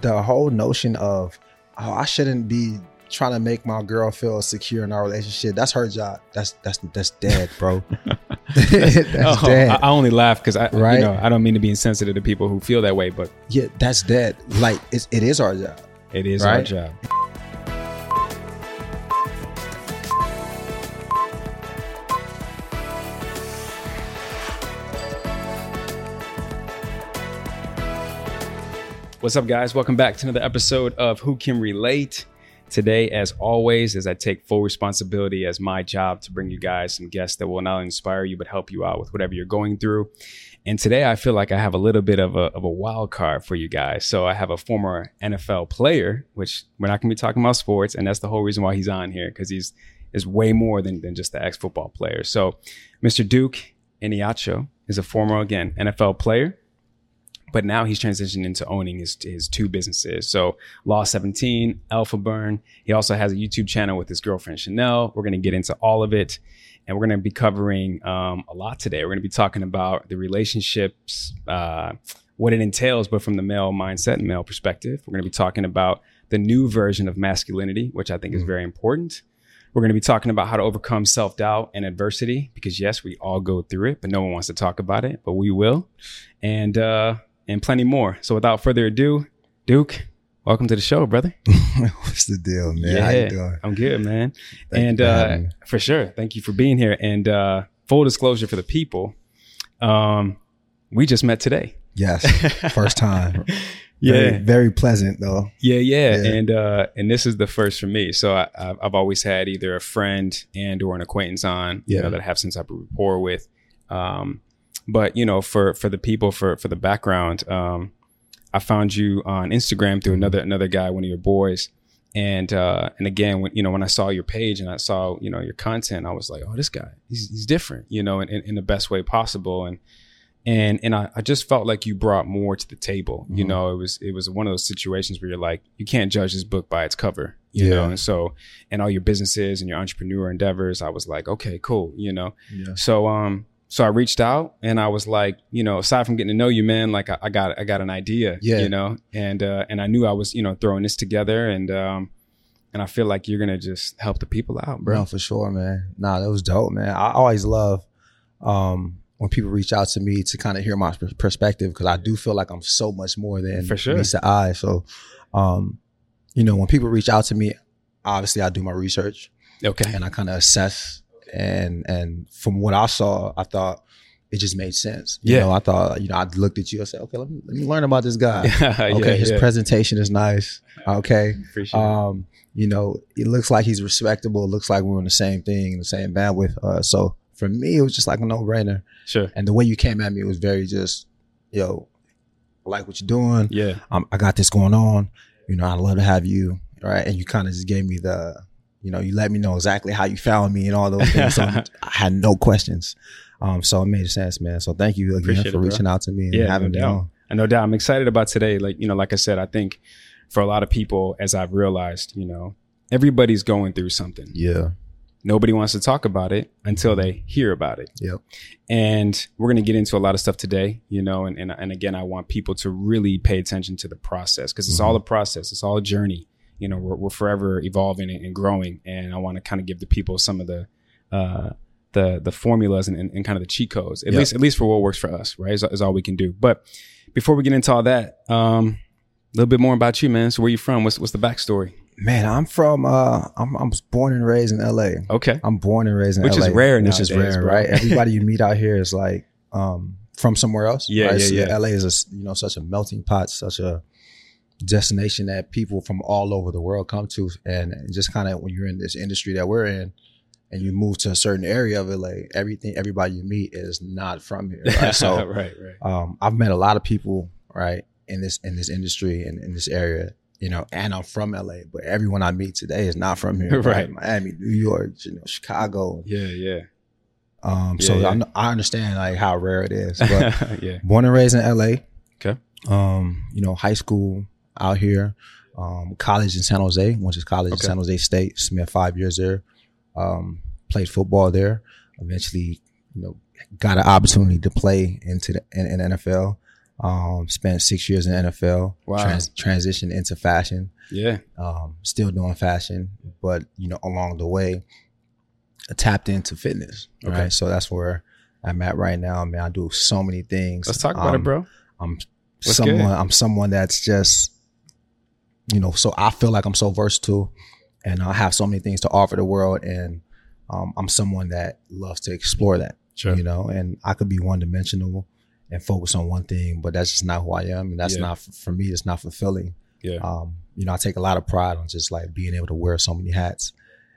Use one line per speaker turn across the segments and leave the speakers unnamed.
the whole notion of oh i shouldn't be trying to make my girl feel secure in our relationship that's her job that's that's that's dead bro that's
Oh,
dead
I, I only laugh because I,
Right?
you know, I don't mean to be insensitive to people who feel that way, but
yeah that's dead like it's, it is our job
it is our
Right?
job. What's up, guys? Welcome back to another episode of Who Can Relate. Today, as always, as I take full responsibility as my job to bring you guys some guests that will not only inspire you but help you out with whatever you're going through. And today, I feel like I have a little bit of a, of a wild card for you guys. So I have a former NFL player, which we're not going to be talking about sports, and that's the whole reason why he's on here because he's is way more than, than just the ex football player. So, Mr. Duke Iniacho is a former again NFL player but now he's transitioned into owning his his two businesses. So Law 17, Alpha Burn. He also has a YouTube channel with his girlfriend Chanel. We're gonna get into all of it, and we're gonna be covering um, a lot today. We're gonna be talking about the relationships, uh, what it entails, but from the male mindset and male perspective. We're gonna be talking about the new version of masculinity, which I think is very important. We're going to be talking about how to overcome self doubt and adversity because, yes, we all go through it, but no one wants to talk about it, but we will, and uh, and plenty more. So, without further ado, Duke, welcome to the show, brother.
what's the deal man how you doing
I'm good, man.
Thank you
and
for
uh,
having me.
for sure, thank you for being here. And uh, full disclosure for the people, um, we just met today.
yes first time
Yeah,
very, very pleasant though
Yeah, yeah,
Yeah.
and uh, and this is the first for me. So I, I've I've always had either a friend and or an acquaintance on, you
Yeah.
know, that I have since I rapport with. Um, but you know, for for the people, for for the background, um, I found you on Instagram through another another guy, one of your boys, and uh, and again, when you know, when I saw your page and I saw you know your content, I was like, oh, this guy, he's, he's different, you know, in, in, in the best way possible, and and and I, I just felt like you brought more to the table. You know, it was it was one of those situations where you're like, you can't judge this book by its cover, you
Yeah.
know, and so and all your businesses and your entrepreneur endeavors, I was like, okay, cool, you know,
yeah
so um, so I reached out and I was like, you know, aside from getting to know you, man, like I, I got I got an idea,
Yeah.
you know, and uh, and I knew I was you know throwing this together and um, and I feel like you're gonna just help the people out, bro.
No, for sure, man. Nah, that was dope, man. I always love um, when people reach out to me to kind of hear my pers- perspective because I do feel like I'm so much more than
For sure.
meets the eye. So, um, you know, when people reach out to me, obviously I do my research
Okay,
and I kind of assess and and from what I saw, I thought it just made sense. You
Yeah.
know, I thought you know I looked at you. I said, okay, let me, let me learn about this guy.
Yeah,
uh, okay, his
yeah.
presentation is nice. Okay,
Appreciate it.
um, you know, it looks like he's respectable. It looks like we're on the same thing, the same bandwidth. Uh, so for me, it was just like a no brainer.
sure,
And the way you came at me was very just, yo, I like what you're doing.
yeah,
Um, I got this going on. You know, I'd love to have you. Right. And you kind of just gave me the, you know, you let me know exactly how you found me and all those things. so I had no questions. Um, so it made sense, man. So thank you again
Appreciate it,
for
bro.
reaching out to me and
Yeah,
having
no
me
doubt.
on.
and no doubt I'm excited about today. Like you know, like I said, I think for a lot of people, as I've realized, you know, everybody's going through something.
Yeah.
Nobody wants to talk about it until they hear about it.
Yep.
And we're going to get into a lot of stuff today, you know, and, and, and again, I want people to really pay attention to the process because it's all a
Mm-hmm.
process. It's all a journey. You know, we're, we're forever evolving and, and growing. And I want to kind of give the people some of the, uh, the, the formulas and, and, and kind of the cheat codes, at
Yeah.
least, at least for what works for us, right? Is, is all we can do. But before we get into all that, um, little bit more about you, man. So where you from? What's what's the backstory?
Man, I'm from uh I'm I was born and raised in LA.
Okay.
I'm born and raised in
Which
LA.
is rare
Which is
nowadays,
rare,
bro.
right? Everybody you meet out here is like um from somewhere else.
Yeah,
right?
yeah,
So
yeah.
LA is a s- you know such a melting pot, such a destination that people from all over the world come to and and just kind of when you're in this industry that we're in and you move to a certain area of it, like everything everybody you meet is not from here. Right? So
right, right.
um, I've met a lot of people right in this in this industry and in this area, you know, and I'm from LA, but everyone I meet today is not from here,
Right.
Miami, New York, you know, Chicago.
Yeah, yeah.
Um,
Yeah,
so
yeah.
I, kn- I understand like how rare it is. But
yeah.
born and raised in LA.
Okay.
Um, you know, high school out here, um, college in San Jose, went to college
Okay.
in San Jose State, spent five years there, um, played football there, eventually, you know, got an opportunity to play into the in, in NFL. Um, spent six years in NFL,
Wow.
transitioned into fashion
Yeah.
um, still doing fashion, but you know, along the way, I tapped into fitness.
Okay.
Right, so that's where I'm at right now. Man, I do so many things.
Let's talk about
Um,
it, bro.
I'm
What's
someone.
good?
I'm someone that's just, you know, so I feel like I'm so versatile, and I have so many things to offer the world, and um, I'm someone that loves to explore that.
Sure.
You know, and I could be one dimensional and focus on one thing, but that's just not who I am, and that's
Yeah.
not for me. It's not fulfilling
Yeah.
um, you know, I take a lot of pride on just like being able to wear so many hats,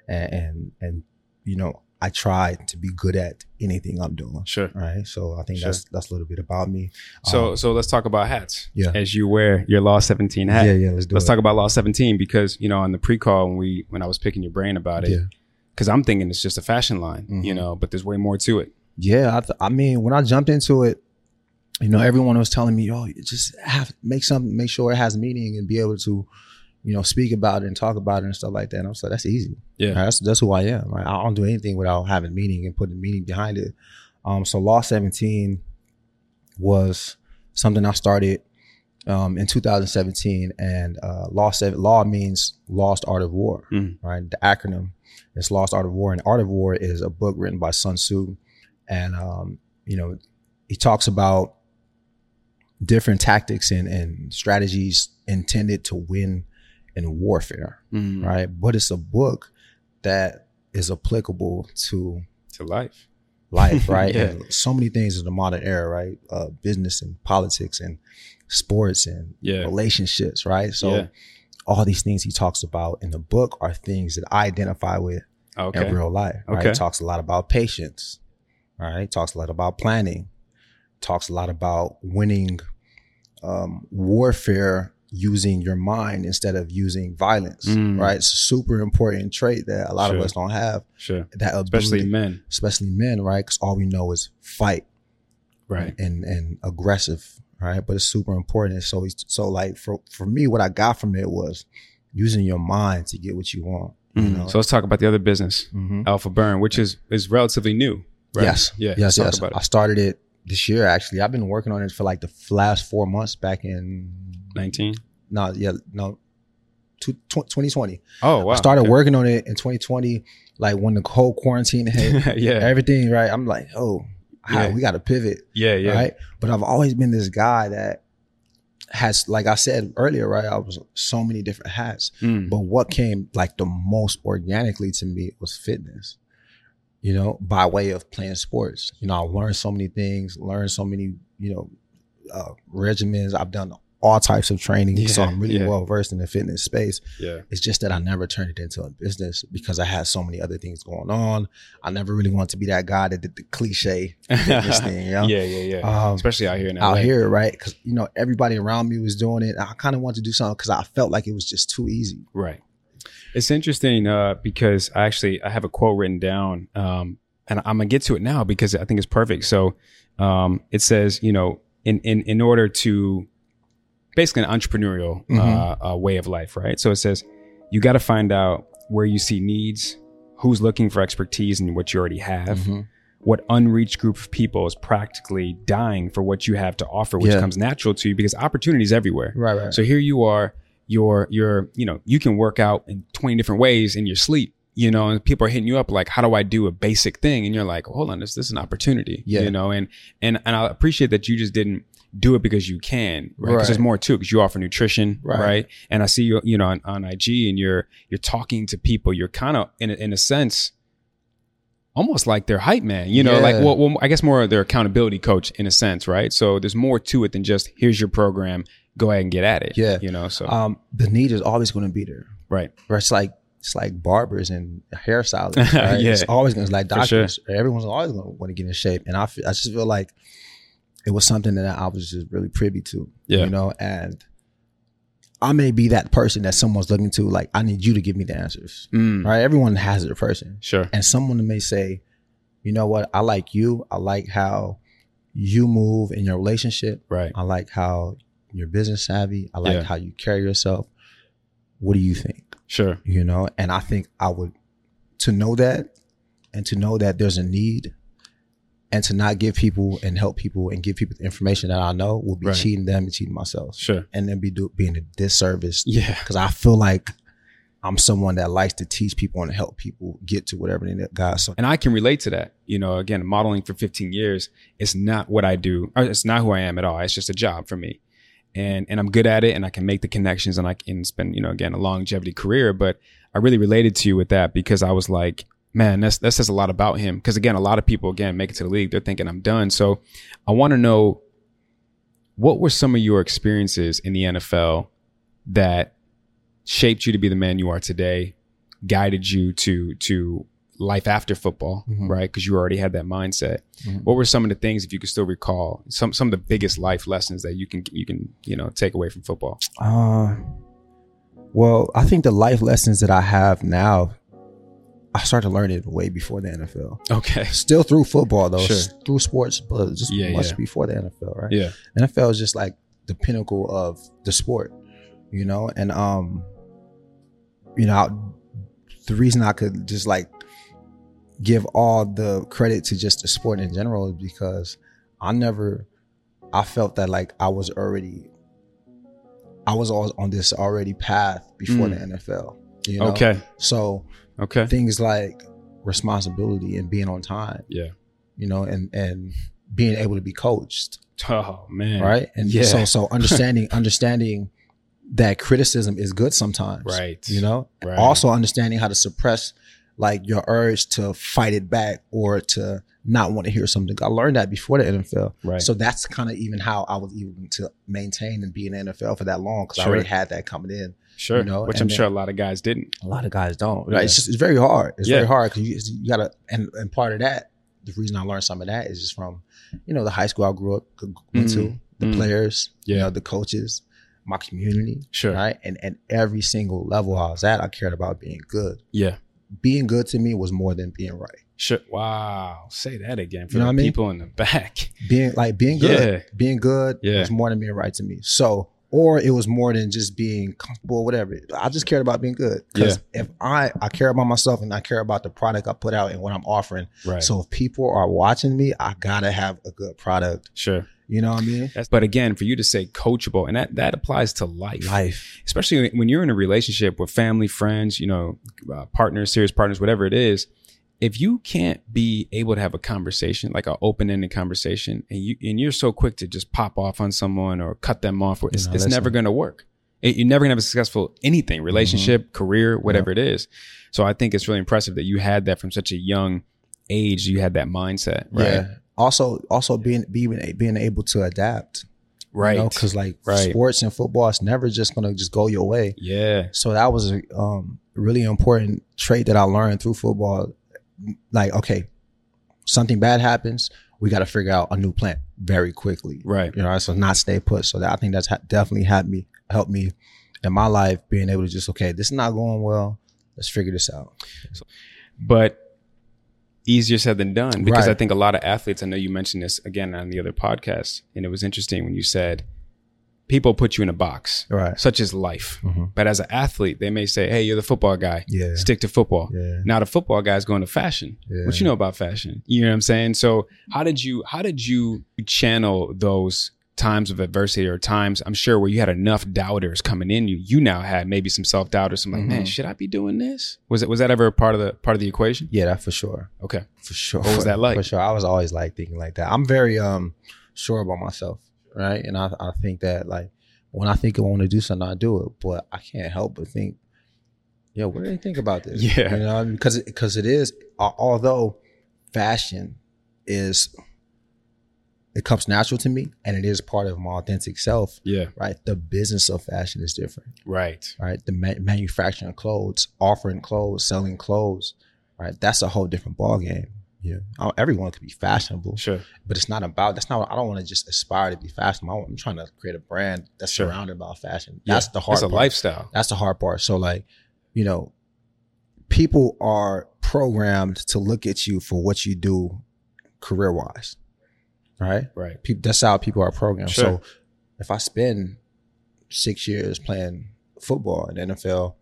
and and, and you know, I try to be good at anything I'm doing.
Sure.
Right. So I think
Sure.
that's that's a little bit about me.
So
Um,
so let's talk about hats.
Yeah.
As you wear your Law 17 hat.
yeah, yeah. Let's do
Let's
it.
talk about Law 17 because you know on the pre-call when we when I was picking your brain about it,
Yeah.
because I'm thinking it's just a fashion line, you
Mhm.
know, but there's way more to it.
Yeah, I, th- I mean, when I jumped into it, you know, everyone was telling me, "Oh, you just have make something, make sure it has meaning, and be able to, you know, speak about it and talk about it and stuff like that." And I was like, "That's easy.
Yeah.
Right, that's that's who I am. Right? I don't do anything without having meaning and putting meaning behind it." Um, so Law Seventeen was something I started um, in 2017, and uh, Law Seven Law means Lost Art of War,
Mhm.
right? The acronym is Lost Art of War, and Art of War is a book written by Sun Tzu and um, you know he talks about different tactics and, and strategies intended to win in warfare
Mm.
right but it's a book that is applicable to
To life.
life right
Yeah.
And so many things in the modern era right uh, business and politics and sports and
Yeah.
relationships right so
Yeah.
all these things he talks about in the book are things that i identify with
Okay.
in real life. Right?
Okay.
Talks a lot about patience. All right. Talks a lot about planning. Talks a lot about winning um, warfare using your mind instead of using violence.
Mm.
Right. It's a super important trait that a lot
Sure.
of us don't have.
Sure.
That ability,
Especially men.
especially men, right? Because all we know is fight
Right.
and and aggressive, right? But it's super important. So it's- so like for for me, what I got from it was using your mind to get what you want. You
Mm.
know.
So let's talk about the other business,
Mhm.
Alpha Burn, which is is relatively new. Right?
Yes.
Yeah.
Yes.
Talk
Yes.
about
I
it.
started it this year. Actually, I've been working on it for like the f- last four months. Back in
19.
no, yeah, no, two, tw- 2020.
Oh wow.
I started
Okay.
working on it in 2020, like when the whole quarantine hit.
yeah.
Everything right. I'm like, oh, how-
Yeah.
we got to pivot,
Yeah. Yeah.
right? But I've always been this guy that has, like I said earlier, right? I was so many different hats.
Mm.
But what came like the most organically to me was fitness, you know, by way of playing sports. You know, I learned so many things, learned so many, you know, uh, regimens. I've done all types of training. so
Yeah,
I'm really
yeah.
well versed in the fitness space.
Yeah.
It's just that I never turned it into a business because I had so many other things going on. I never really wanted to be that guy that did the cliche fitness thing, you know?
Yeah. Yeah. Yeah.
Um,
Especially out here in LA.
out here, right? Because, you know, everybody around me was doing it. I kind of wanted to do something because I felt like it was just too easy.
Right. It's interesting uh, because I actually I have a quote written down, um, and I'm gonna get to it now because I think it's perfect. So um, it says, you know, in in in order to basically an entrepreneurial
Mm-hmm.
uh, uh, way of life, right? So it says you got to find out where you see needs, who's looking for expertise in what you already have.
Mm-hmm.
What unreached group of people is practically dying for what you have to offer, which
Yeah.
comes natural to you because opportunities everywhere.
Right, right.
So here you are, you're you're you know you can work out in 20 different ways in your sleep. You know, and people are hitting you up like, "How do I do a basic thing?" And you're like, "Hold on, this this is an opportunity."
Yeah.
You know, and and and I appreciate that you just didn't do it because you can, right? 'Cause there's
Right.
more too, because you offer nutrition, right.
Right.
And I see you, you know, on, on IG, and you're you're talking to people. You're kind of in a, in a sense, almost like their hype man. You know, like
Yeah.
well, well, I guess more their accountability coach in a sense, right? So there's more to it than just here's your program, go ahead and get at it.
Yeah.
you know, so
Um, the need is always going to be there.
right,
Right? It's like it's like barbers and hairstylists. Right?
Yeah.
It's always going to like
For sure.
doctors. Everyone's always going to want to get in shape, and I feel, I just feel like it was something that I was just really privy to.
Yeah.
you know, and I may be that person that someone's looking to. Like, I need you to give me the answers.
Mm,
Right? Everyone has their person.
sure,
and someone may say, you know what, I like you. I like how you move in your relationship.
right,
I like how you're business savvy. I like
Yeah.
how you carry yourself. What do you think?
sure,
You know, and I think I would to know that and to know that there's a need and to not give people and help people and give people the information that I know will be
Right.
cheating them and cheating myself.
sure,
And then be do, being a disservice
yeah,
because I feel like I'm someone that likes to teach people and help people get to whatever they need. God, so
and I can relate to that. You know, again, modeling for 15 years, it's not what I do. Or it's not who I am at all. It's just a job for me. And and I'm good at it and I can make the connections and I can spend, you know, again, a longevity career, but I really related to you with that because I was like, man, that's that says a lot about him because again, a lot of people again make it to the league, they're thinking I'm done. So, I want to know what were some of your experiences in the NFL that shaped you to be the man you are today, guided you to to life after football,
Mhm.
right? Because you already had that mindset.
Mhm.
What were some of the things, if you could still recall, some some of the biggest life lessons that you can you can you know take away from football?
Uh, well, I think the life lessons that I have now, I started learning way before the NFL.
Okay,
Still through football though,
Sure.
s- through sports, but just
Yeah,
much
yeah.
before the NFL, right?
yeah,
NFL is just like the pinnacle of the sport, you know. And um, you know, I, the reason I could just like give all the credit to just the sport in general is because I never, I felt that like I was already, I was always on this already path before
Mm.
the NFL. You know?
okay,
So
okay,
things like responsibility and being on time,
yeah.
you know, and and being able to be coached
Oh man,
right and
yeah,
so so understanding understanding that criticism is good sometimes
right,
you know
Right.
also understanding how to suppress like your urge to fight it back or to not want to hear something i learned that before the nfl
right,
so that's kind of even how i was even to maintain and be in the nfl for that long because
Sure.
i already had that coming in
sure,
you know,
which
and
I'm
then-
sure a lot of guys didn't.
a lot of guys don't right
Yeah.
it's just it's very hard it's
Yeah.
very hard because you, you gotta and, and part of that the reason i learned some of that is just from you know the high school i grew up went to
Mm.
the
Mm.
players,
Yeah.
you know, the coaches, my community,
Sure,
right? And and every single level I was at, I cared about being good.
yeah,
Being good to me was more than being right.
sure. Wow, say that again for
You know what
the
I mean?
people in the back.
Being like being good,
Yeah.
being good
Yeah.
was more than being right to me. So, or it was more than just being comfortable, whatever. I just cared about being good because if I I care about myself and I care about the product I put out and what I'm offering.
Right.
So if people are watching me, I gotta have a good product.
sure.
You know what I mean?
That's, but again, for you to say coachable, and that that applies to life,
Life,
especially when you're in a relationship with family, friends, you know, uh, partners, serious partners, whatever it is. If you can't be able to have a conversation, like an open-ended conversation, and you and you're so quick to just pop off on someone or cut them off, or it's,
No,
it's
that's
never
not-
going to work. It, you're never going to have a successful anything,
Mm-hmm.
relationship, career, whatever it is. So I think it's really impressive that you had that from such a young age. You had that mindset, right?
Yeah. Also, also being being being able to adapt.
Right.
because like
Right.
sports and football, it's never just gonna just go your way.
yeah.
So that was a um, really important trait that I learned through football. Like, okay, something bad happens, we got to figure out a new plan very quickly.
Right.
You know, so not stay put. So that, I think that's ha- definitely helped me helped me in my life being able to just okay, this is not going well. Let's figure this out.
but easier said than done because
Right.
I think a lot of athletes, I know you mentioned this again on the other podcast, and it was interesting when you said people put you in a box,
Right.
such as life.
Mhm.
But as an athlete, they may say, hey, you're the football guy,
Yeah.
stick to football.
Yeah.
Now the football guy's going to fashion.
Yeah.
What you know about fashion? You know what I'm saying? So how did you how did you channel those times of adversity or times I'm sure where you had enough doubters coming in you? You now had maybe some self doubters. Some like, man,
Mm-hmm.
should I be doing this? Was it was that ever a part of the part of the equation?
Yeah, that for sure.
Okay,
For sure.
What was that like?
For sure. I was always like thinking like that. I'm very um sure about myself. right? And I, I think that like when I think I want to do something, I do it, but I can't help but think, yo, what do they think about this?
Yeah.
you know, because because it is al- although fashion is it comes natural to me and it is part of my authentic self,
Yeah.
right? The business of fashion is different
Right.
right? The ma- manufacturing of clothes, offering clothes, selling clothes, right? That's a whole different ballgame. Yeah, Uh, everyone could be fashionable,
Sure.
but it's not about. That's not. I don't want to just aspire to be fashionable. I want- I'm trying to create a brand that's
Sure.
surrounded by fashion. That's
Yeah.
the hard.
It's a
part.
lifestyle.
That's the hard part. So like, you know, people are programmed to look at you for what you do, career wise, right?
Right.
people that's how people are programmed.
Sure.
So if I spend six years playing football in the NFL,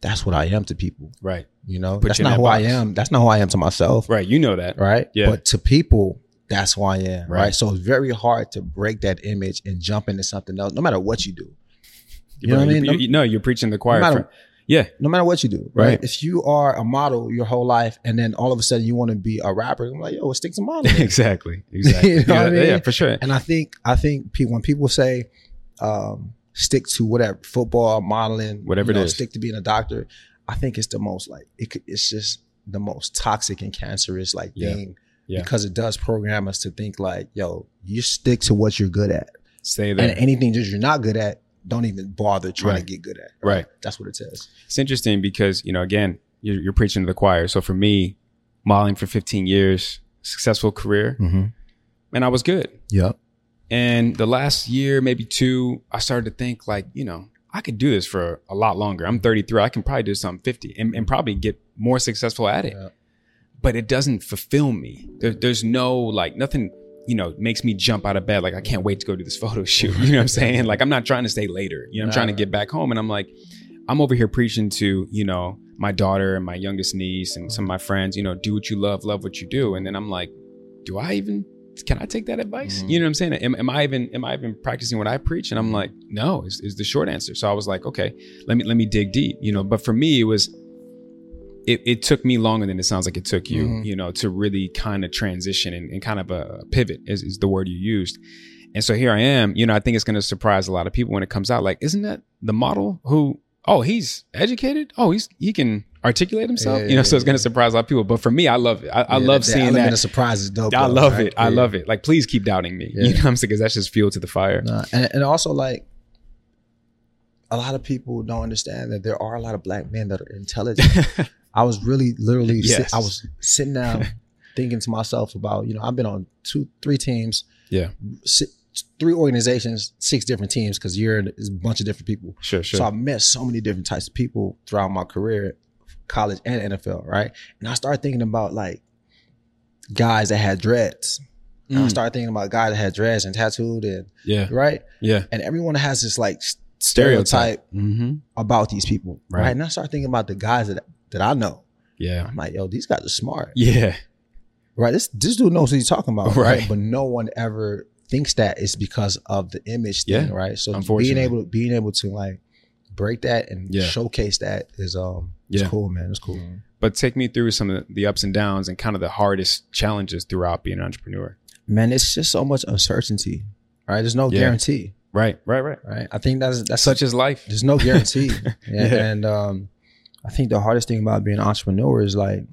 that's what I am to people.
Right.
You know,
Put
that's
you in
not
that
who I
box.
am. That's not who I am to myself.
Right. You know that.
Right.
Yeah.
But to people, that's who I am. Right.
Right.
So it's very hard to break that image and jump into something else, no matter what you do. You know
Bro,
what I mean?
you- you- no, you're preaching to the choir.
matter-
for- yeah.
No matter what you do, right?
Right.
If you are a model your whole life and then all of a sudden you want to be a rapper, I'm like, yo, stick to modeling.
exactly. Exactly.
You know what I
Yeah,
mean?
yeah, for sure.
And I think I think people when people say um, stick to whatever football, modeling,
Whatever
you
it
know,
is.
stick to being a doctor, I think it's the most like it, could- it's just the most toxic and cancerous like
Yeah.
thing
Yeah.
because it does program us to think like yo you stick to what you're good at
Stay
and
there.
anything that you're not good at don't even bother trying
Right.
to get good at
Right.
that's what it says
It's interesting because, you know, again, you're, you're preaching to the choir. So for me, modeling for 15 years, successful career,
mm-hmm.
and I was good.
yep
And the last year, maybe two, I started to think like, you know, I could do this for a lot longer. I'm 33. I can probably do something 50 and, and probably get more successful at it.
Yeah.
But it doesn't fulfill me. There, there's no like nothing, you know, makes me jump out of bed. Like I can't wait to go do this photo shoot. You know what I'm saying? Like I'm not trying to stay later. You know, I'm
Nah,
trying to
nah.
get back home. And I'm like, I'm over here preaching to, you know, my daughter and my youngest niece and some of my friends, you know, do what you love, love what you do. And then I'm like, do I even can I take that advice?
Mhm.
You know what I'm saying? Am, am I even am I even practicing what I preach? And I'm like, no, is, is the short answer. So I was like, okay, let me let me dig deep, you know. But for me, it was it, it took me longer than it sounds like it took you,
Mhm.
you know, to really kind of transition and, and kind of a pivot is, is the word you used. And so here I am, you know, I think it's gonna surprise a lot of people when it comes out. Like, isn't that the model who oh he's educated? Oh, he's he can articulate himself,
Yeah,
you know, so
yeah,
it's gonna
yeah.
surprise a lot of people. But for me, I love it. I, I love seeing that.
the surprise is dope
I
though,
love
right?
it. I
Yeah.
love it. Like, please keep doubting me.
Yeah.
You know what I'm saying? Because that's just fuel to the fire.
Nah, and, and also like a lot of people don't understand that there are a lot of black men that are intelligent. I was really literally sit-
Yes.
I was sitting down thinking to myself about, you know, I've been on two, three teams,
Yeah.
si three organizations, six different teams because you're in a bunch of different people.
Sure, sure.
So I met so many different types of people throughout my career, college and NFL, right? And I started thinking about like guys that had dreads. And I
Mm.
started thinking about guys that had dreads and tattooed and
yeah,
right?
yeah.
and everyone has this like s-
Stereotype.
stereotype
Mm-hmm.
about these people, right?
Right.
And I start thinking about the guys that that I know.
Yeah,
I'm like, yo, these guys are smart,
yeah.
right? This this dude knows what he's talking about,
Right.
But no one ever thinks that it's because of the image thing,
Yeah.
right? So being
Unfortunately.
able to being able to like break that and
Yeah.
showcase that is um
Yeah. Mm-hmm.
it's cool, man. It's cool.
But take me through some of the ups and downs and kind of the hardest challenges throughout being an entrepreneur.
Man, it's just so much uncertainty, right? There's no
Yeah.
guarantee,
Right, right, right.
right? I think that's that's
Such as life.
There's no guarantee. and,
Yeah.
and, um, I think the hardest thing about being an entrepreneur is like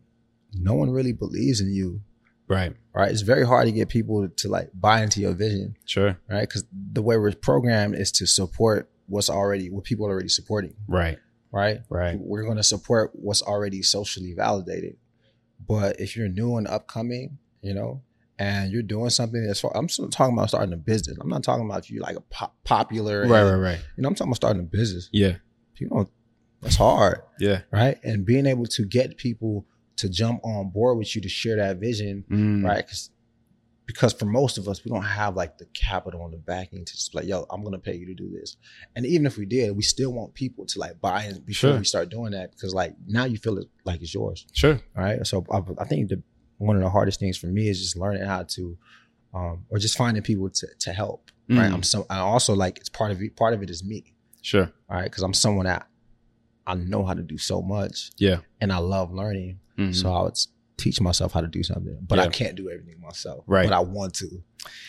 no one really believes in you,
Right.
right? It's very hard to get people to like buy into your vision,
Sure.
right? Because the way we're programmed is to support what's already what people are already supporting,
Right.
right?
Right.
We're going to support what's already socially validated. But if you're new and upcoming, you know, and you're doing something as far, I'm still talking about starting a business. I'm not talking about you like a pop, popular.
Right.
and-
Right. Right.
You know, I'm talking about starting a business.
Yeah.
You know, that's hard
Yeah.
right? And being able to get people to jump on board with you to share that vision,
Mm.
right? 'Cause- because for most of us, we don't have like the capital and the backing to just be like, yo, I'm gonna pay you to do this. And even if we did, we still want people to like buy in before
Sure.
we start doing that because like now you feel it like it's yours,
Sure.
right? So I, I think the one of the hardest things for me is just learning how to, um, or just finding people to to help, right?
Mm.
I'm so I also like it's part of it. Part of it is me,
Sure.
all right? Because I'm someone that I know how to do so much,
Yeah.
and I love learning.
Mhm.
So I would s- teach myself how to do something, but I
Yeah.
can't do everything myself.
Right.
But I want to.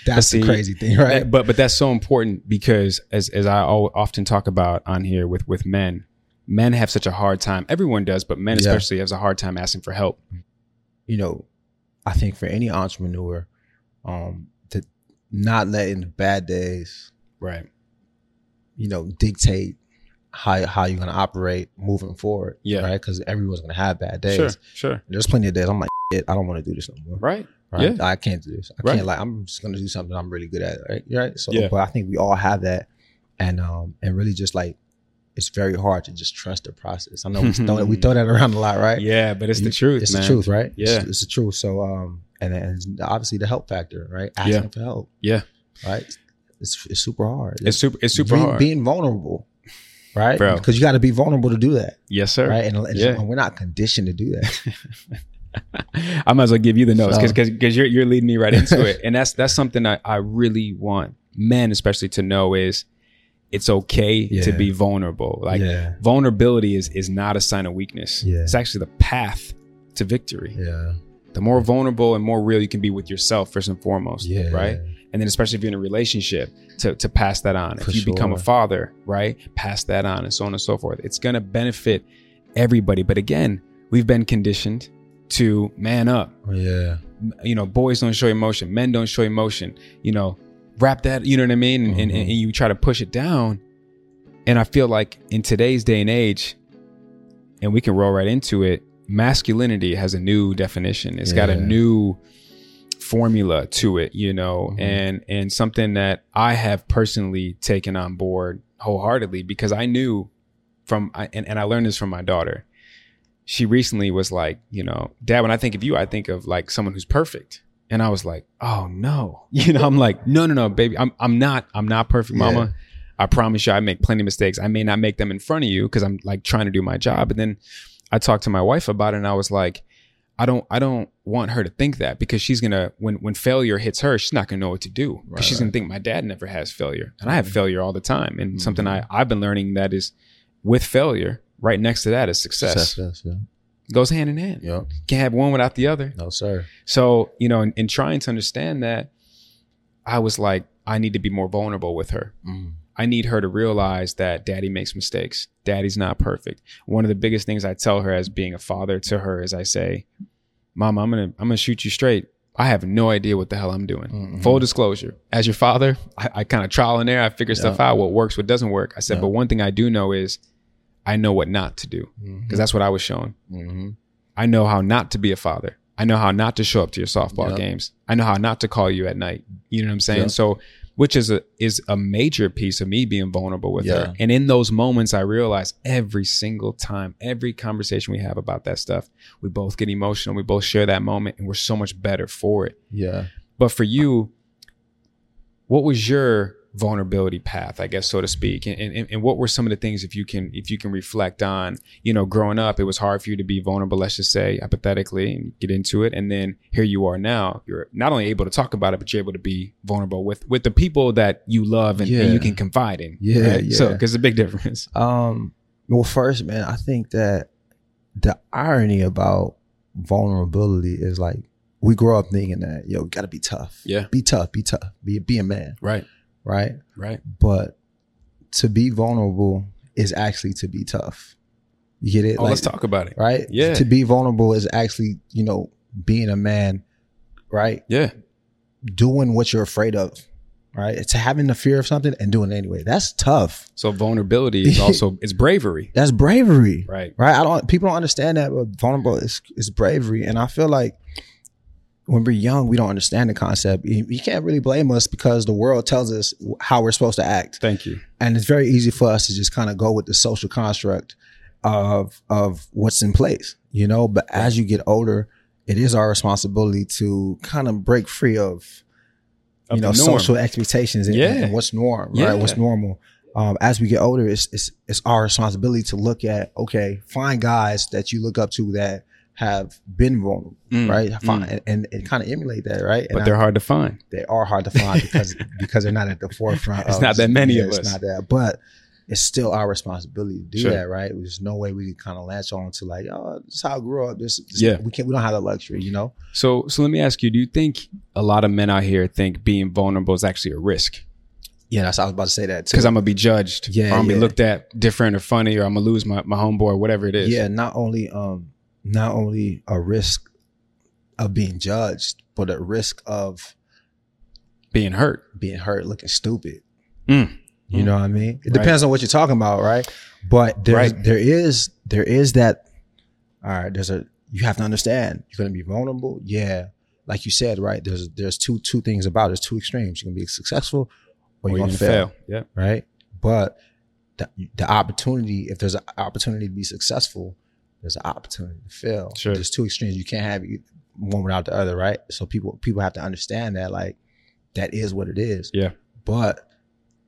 That's
see,
the crazy thing, right?
That- but but that's so important because as as I al- often talk about on here with with men, men have such a hard time. Everyone does, but men
Yeah.
especially has a hard time asking for help.
you know, I think for any entrepreneur, um, to not letting the bad days,
Right.
you know, dictate how how you're gonna operate moving forward.
Yeah.
Right. Because everyone's gonna have bad days.
Sure. Sure.
There's plenty of days I'm like, Shit, I don't want to do this no more.
Right.
Right.
Yeah.
I can't do this. I
Right.
can't like I'm just gonna do something I'm really good at. Right. Right. So
Yeah.
but I think we all have that. And um and really just like it's very hard to just trust the process. I know we throw, we throw that around a lot, right?
Yeah, but it's
You-
the truth.
It's
man.
the truth, right?
Yeah.
it's, it's the truth. So, um, and then it's obviously the help factor, right? Asking
Yeah.
for help,
Yeah.
right? It's it's super hard.
It's super. It's super
being,
hard.
Being vulnerable, right?
Bro.
Because you got to be vulnerable to do that,
yes, sir.
right? And, and
Yeah.
and we're not conditioned to do that.
I might as well give you the notes
So-
because because you're you're leading me right into it, and that's that's something I I really want men especially to know is it's okay to
Yeah.
be vulnerable. Like
yeah,
vulnerability is is not a sign of weakness.
Yeah.
It's actually the path to victory.
yeah,
The more vulnerable and more real you can be with yourself first and foremost,
yeah,
right? And then especially if you're in a relationship to to pass that on.
For
if you become a
sure.
father, right? Pass that on and so on and so forth. It's going to benefit everybody. But again, we've been conditioned to man up
yeah,
you know, boys don't show emotion, men don't show emotion, you know, wrap that, you know what I mean? And, and,
Mhm.
and you try to push it down. And I feel like in today's day and age, and we can roll right into it, masculinity has a new definition. It's got a
Yeah.
new formula to it, you know,
Mhm.
and and something that I have personally taken on board wholeheartedly because I knew from I, and, and I learned this from my daughter. She recently was like, you know, Dad, when I think of you, I think of like someone who's perfect. And I was like, oh no. You know, I'm like, no, no, no, baby. I'm I'm not, I'm not perfect, mama. I promise you I make plenty of mistakes. I may not make them in front of you because I'm like trying to do my job. And then I talked to my wife about it and I was like, I don't I don't want her to think that because she's gonna when when failure hits her, she's not gonna know what to do. 'Cause
Right,
she's gonna think my dad never has failure. And I have failure all the time. And something I, I've been learning that is with failure, right next to that is success.
Success, yeah,
Goes hand in hand.
yeah.
Can't have one without the other.
No, sir.
So, you know, in, in trying to understand that, I was like, I need to be more vulnerable with her.
Mm-hmm.
I need her to realize that daddy makes mistakes. Daddy's not perfect. One of the biggest things I tell her as being a father to her is I say, Mom, I'm gonna I'm gonna shoot you straight. I have no idea what the hell I'm doing.
Mhm.
Full disclosure. As your father, I, I kind of trial and error. I figure stuff out, what works, what doesn't work. I said,
Yeah.
but one thing I do know is I know what not to do. Because that's what I was shown.
Mm-hmm.
I know how not to be a father. I know how not to show up to your softball
Yeah.
games. I know how not to call you at night. You know what I'm saying?
Yeah.
So, which is a is a major piece of me being vulnerable with
Yeah.
her. And in those moments, I realize every single time, every conversation we have about that stuff, we both get emotional. We both share that moment, and we're so much better for it.
Yeah.
But for you, what was your vulnerability path, I guess, so to speak? And, and, and what were some of the things if you can if you can reflect on, you know, growing up, it was hard for you to be vulnerable, let's just say, hypothetically, and get into it. And then here you are now. You're not only able to talk about it, but you're able to be vulnerable with with the people that you love and, and
Yeah.
you can confide in.
Yeah,
right? So
yeah.
because a big difference.
Um, well, first, man, I think that the irony about vulnerability is like we grow up thinking that yo, you gotta be tough,
Yeah.
be tough, be tough, be be a man,
Right.
right?
Right.
But to be vulnerable is actually to be tough. You get it?
Oh, let's talk about it.
Right?
Yeah.
To be vulnerable is actually you know being a man, right?
Yeah.
Doing what you're afraid of, right? It's having the fear of something and doing it anyway. That's tough.
So vulnerability is also it's bravery.
That's bravery,
Right.
right? I don't. People don't understand that, but vulnerable is is bravery, and I feel like when we're young, we don't understand the concept. You, you can't really blame us because the world tells us how we're supposed to act,
Thank you.
and it's very easy for us to just kind of go with the social construct of of what's in place, you know. But as you get older, it is our responsibility to kind of break free of
Of
you know
the norm.
social expectations and,
Yeah.
and what's norm,
Yeah.
right? What's normal. Um, as we get older, it's, it's it's our responsibility to look at okay, find guys that you look up to that have been vulnerable,
Mm,
right?
mm.
Find, and, and kind of emulate that, right? And
But
I-
they're hard to find.
they are hard to find because because they're not at the forefront.
It's
of-
not that many of
it's
us.
not that, but it's still our responsibility to do
Sure.
that, right? There's no way we can kind of latch on to like, oh, this is how I grew up. This, this
Yeah.
we can't. We don't have that luxury, you know.
So, so let me ask you: Do you think a lot of men out here think being vulnerable is actually a risk?
Yeah, that's, I was about to say that too.
Because I'm gonna be judged,
Yeah,
or I'm gonna be
yeah.
looked at different or funny, or I'm gonna lose my my homeboy, whatever it is.
yeah, not only um, not only a risk of being judged, but a risk of
being hurt.
being hurt, looking stupid.
Mm.
You
Mm.
know what I mean? It
Right.
depends on what you're talking about, right? But there,
Right.
there is, there is that. All right, there's a. You have to understand. You're gonna be vulnerable. Yeah, like you said, right? There's there's two two things about. It. There's two extremes. You're gonna be successful, or
Or
you're gonna, fail,
Yeah,
right? But the, the opportunity, if there's an opportunity to be successful, there's an opportunity to fail.
Sure.
There's two extremes. You can't have e- one without the other, right? So people people have to understand that, like, that is what it is.
Yeah.
But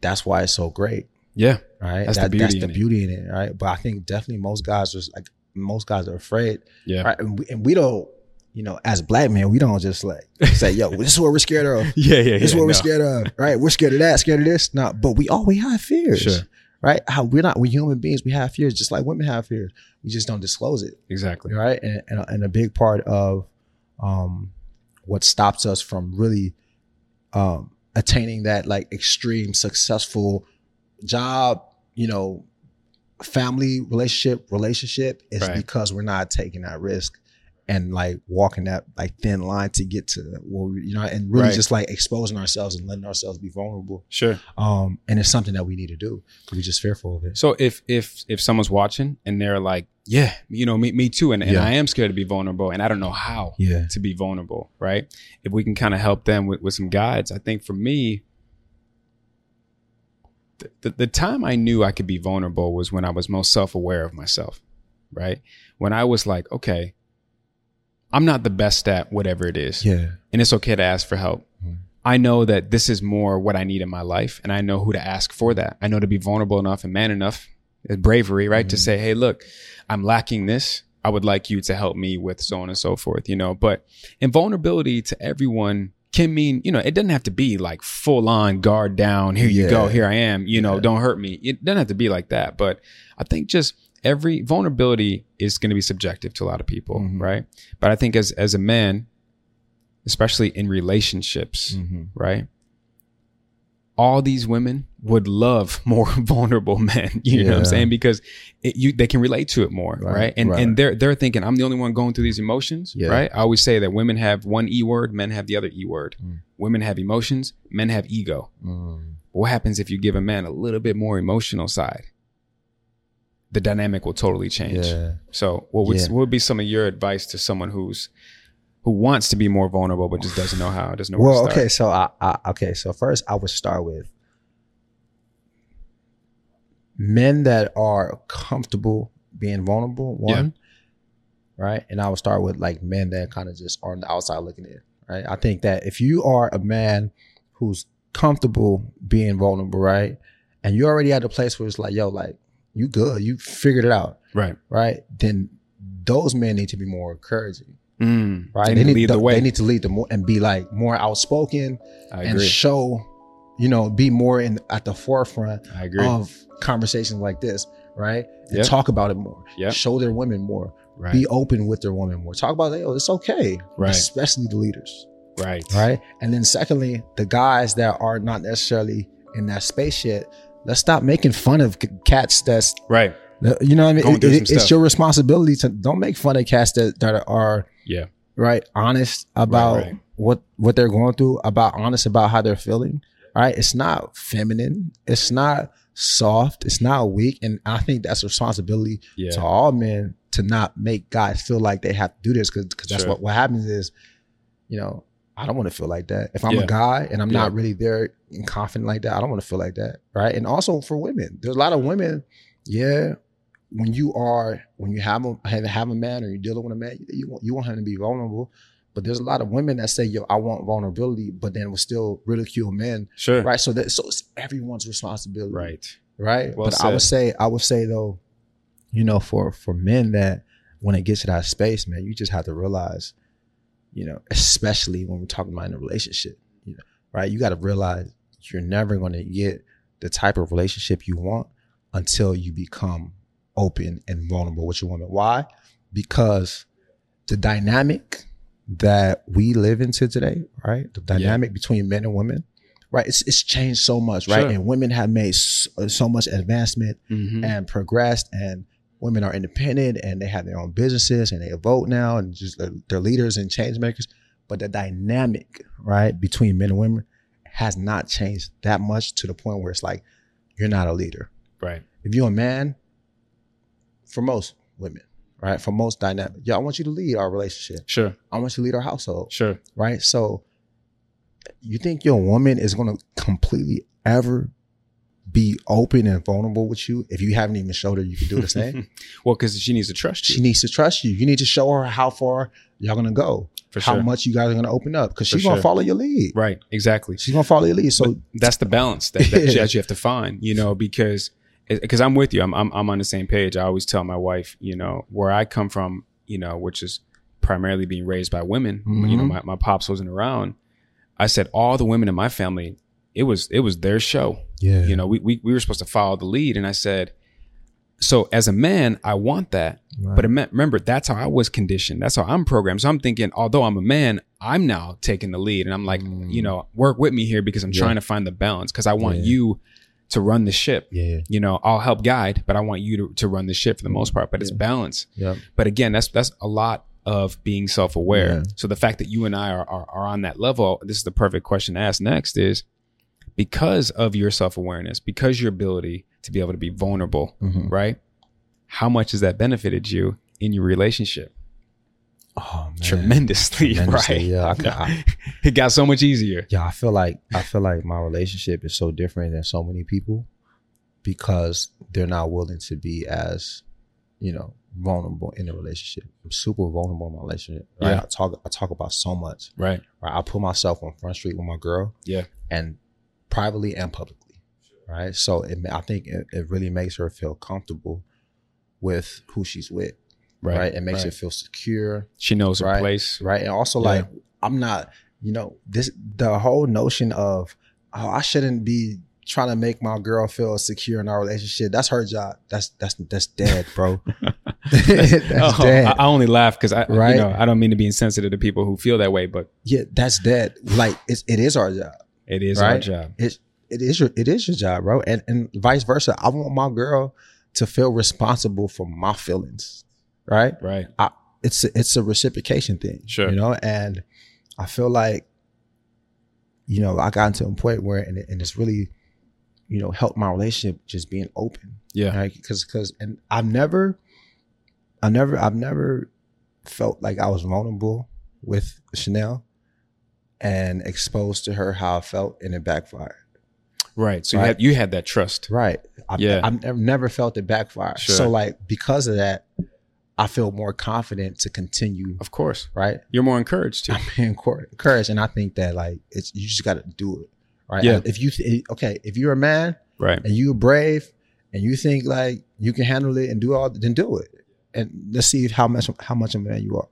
that's why it's so great
yeah,
right?
That's the
That-
beauty
That's
in
the
it.
beauty in it, right? But I think definitely most guys are like most guys are afraid,
yeah,
right? And we, and we don't, you know, as black men, we don't just like say, "Yo, this is what we're scared of.
yeah, yeah.
This is
yeah,
what we're
no.
scared of, right? We're scared of that, scared of this." No, but we all we have fears,
Sure.
right? How we're not we're human beings. We have fears, just like women have fears. We just don't disclose it,
Exactly.
right? And and, and a big part of um, what stops us from really um, attaining that like extreme successful job, you know, family relationship relationship is
Right.
because we're not taking that risk and like walking that like thin line to get to where we, you know and really
Right.
just like exposing ourselves and letting ourselves be vulnerable
Sure.
um and it's something that we need to do we're just fearful of it
So if if if someone's watching and they're like, yeah, you know, me me too, and, and
Yeah.
I am scared to be vulnerable, and I don't know how
yeah
to be vulnerable, right? If we can kind of help them with, with some guides, I think for me, the, the, the time I knew I could be vulnerable was when I was most self aware of myself, right? When I was like, okay, I'm not the best at whatever it is,
yeah
and it's okay to ask for help.
Mhm.
I know that this is more what I need in my life, and I know who to ask for that. I know to be vulnerable enough and man enough, uh, bravery, right?
Mm-hmm.
To say, hey, look, I'm lacking this. I would like you to help me with so on and so forth, you know. But and vulnerability to everyone can mean, you know, it doesn't have to be like full on guard down, here you go,
Yeah.
here I am, you know,
Yeah.
don't hurt me. It doesn't have to be like that. But I think just every vulnerability is going to be subjective to a lot of people,
Mhm.
right? But I think as as a man, especially in relationships,
Mhm.
right? All these women would love more vulnerable men. You know what I'm
Yeah.
saying? Because it, you they can relate to it more, right?
Right,
And
right.
and they're they're thinking I'm the only one going through these emotions,
Yeah.
right? I always say that women have one e word, men have the other e word.
Mm.
Women have emotions, men have ego.
Mm.
What happens if you give a man a little bit more emotional side? The dynamic will totally change.
yeah
So, what would
Yeah.
what would be some of your advice to someone who's who wants to be more vulnerable but just doesn't know how? Doesn't know.
well
where to
okay
start?
so I, I okay so first i would start with men that are comfortable being vulnerable one right and i would start with like men that kind of just are on the outside looking in right i think that if you are a man who's comfortable being vulnerable right and you already at a place where it's like yo like you good you figured it out
right.
right then those men need to be more encouraging
Mm,
right
They need to lead
to-
the way.
they need to lead the more and be like more outspoken
I
and
agree.
show, you know, be more in at the forefront
I agree.
of conversations like this, right? And
Yep.
talk about it more.
Yep.
Show their women more.
right.
Be open with their women more. Talk about, oh, it's okay.
Right.
Especially the leaders.
right.
Right. And then secondly, the guys that are not necessarily in that space yet, let's stop making fun of c- cats that's
Right.
you know what I mean?
Going
It-
through
it- it's
some stuff.
your responsibility to don't make fun of cats that, that are
Yeah.
right honest about
right.
what what they're going through, about honest about how they're feeling. Right? It's not feminine. It's not soft. It's not weak. And I think that's a responsibility
Yeah.
to all men to not make guys feel like they have to do this because that's
Sure.
what, what happens is, you know, I don't want to feel like that. If I'm
Yeah.
a guy and I'm not
Yeah.
really there and confident like that, I don't want to feel like that. Right. And also for women, there's a lot of women, yeah. When you are, when you have a have, have a man or you're dealing with a man, you want you want him to be vulnerable. But there's a lot of women that say, "Yo, I want vulnerability," but then will still ridicule men,
Sure.
right? So that so it's everyone's responsibility,
Right.
right?
Well
but I would
said.
say, I would say though, you know, for for men that when it gets to that space, man, you just have to realize, you know, especially when we're talking about in a relationship, you know, right? You got to realize you're never going to get the type of relationship you want until you become open and vulnerable with your woman. Why? Because the dynamic that we live into today, right? The dynamic between men and women, right? It's, it's changed so much, right?
Sure.
And women have made so, so much advancement
Mhm.
and progressed and women are independent and they have their own businesses and they vote now and just they're, they're leaders and change makers but the dynamic right between men and women has not changed that much to the point where it's like you're not a leader
Right.
if you're a man for most women right for most dynamic yeah i want you to lead our relationship
Sure.
i want you to lead our household
Sure.
right? So you think your woman is going to completely ever be open and vulnerable with you if you haven't even showed her you can do the same?
Well, because she needs to trust you.
she needs to trust you. You need to show her how far y'all going to go,
for
how
sure.
much you guys are going to open up because
For
she's going
sure.
to follow your lead.
Right. Exactly.
She's going to follow your lead. So
that's the balance that, that,
Yeah.
that you have to find, you know, because because I'm with you. I'm, I'm I'm on the same page. I always tell my wife, you know, where I come from, you know, which is primarily being raised by women. You know,
Mhm.
my, my pops wasn't around. I said all the women in my family, it was it was their show.
yeah,
You know, we, we we were supposed to follow the lead. And I said, so as a man, I want that. But it meant, remember, that's how I was conditioned. That's how I'm programmed. So I'm thinking, although I'm a man, I'm now taking the lead. And I'm like, you know, work with me here because I'm
Mm. Yeah.
trying to find the balance because I want
Yeah.
you to run the ship.
yeah,
You know, I'll help guide, but I want you to, to run the ship for the most part. But it's balance.
yeah,
But again, that's that's a lot of being self aware.
Yeah.
So the fact that you and I are, are are on that level, this is the perfect question to ask next is because of your self awareness, because your ability to be able to be vulnerable,
Mhm.
right? How much has that benefited you in your relationship?
oh man,
Tremendously,
Tremendously,
right?
yeah. I-
it got so much easier.
Yeah, I feel like I feel like my relationship is so different than so many people because they're not willing to be as, you know, vulnerable in a relationship. I'm super vulnerable in my relationship. Right?
Yeah.
I talk I talk about so much.
Right.
Right. I put myself on front street with my girl.
Yeah.
And privately and publicly. Right. So it, ma- I think it, it really makes her feel comfortable with who she's with. Right. It makes her feel secure
She knows her
Right.
place.
right? And also
Yeah.
like I'm not, you know, this the whole notion of oh, I shouldn't be trying to make my girl feel secure in our relationship. That's her job. That's that's that's dead, bro. that's
Oh,
dead.
I, I only laugh because I,
Right.
you know, I don't mean to be insensitive to people who feel that way, but
yeah, that's dead. Like it's, it is our job.
it is our
Right.
job.
It's it is your it is your job, bro. And and vice versa. I want my girl to feel responsible for my feelings, right?
Right.
I, it's a, it's a reciprocation thing,
Sure.
You know, and I feel like, you know, I got to a point where, and, it- and it's really, you know, helped my relationship just being open,
Yeah.
right? Because because and I've never, I never, I've never felt like I was vulnerable with Chanel, and exposed to her how I felt, and it backfired.
Right. So
Right.
You, had, you had that trust.
Right. I've,
Yeah.
I've never, never felt it backfire.
Sure.
So like because of that, I feel more confident to continue.
Of course.
Right.
You're more encouraged to.
I'm being cour- encouraged, and I think that like it's you just got to do it, right?
Yeah.
If you th- okay, if you're a man
Right.
and you're brave and you think like you can handle it and do all, then do it, and let's see how much how much of a man you are.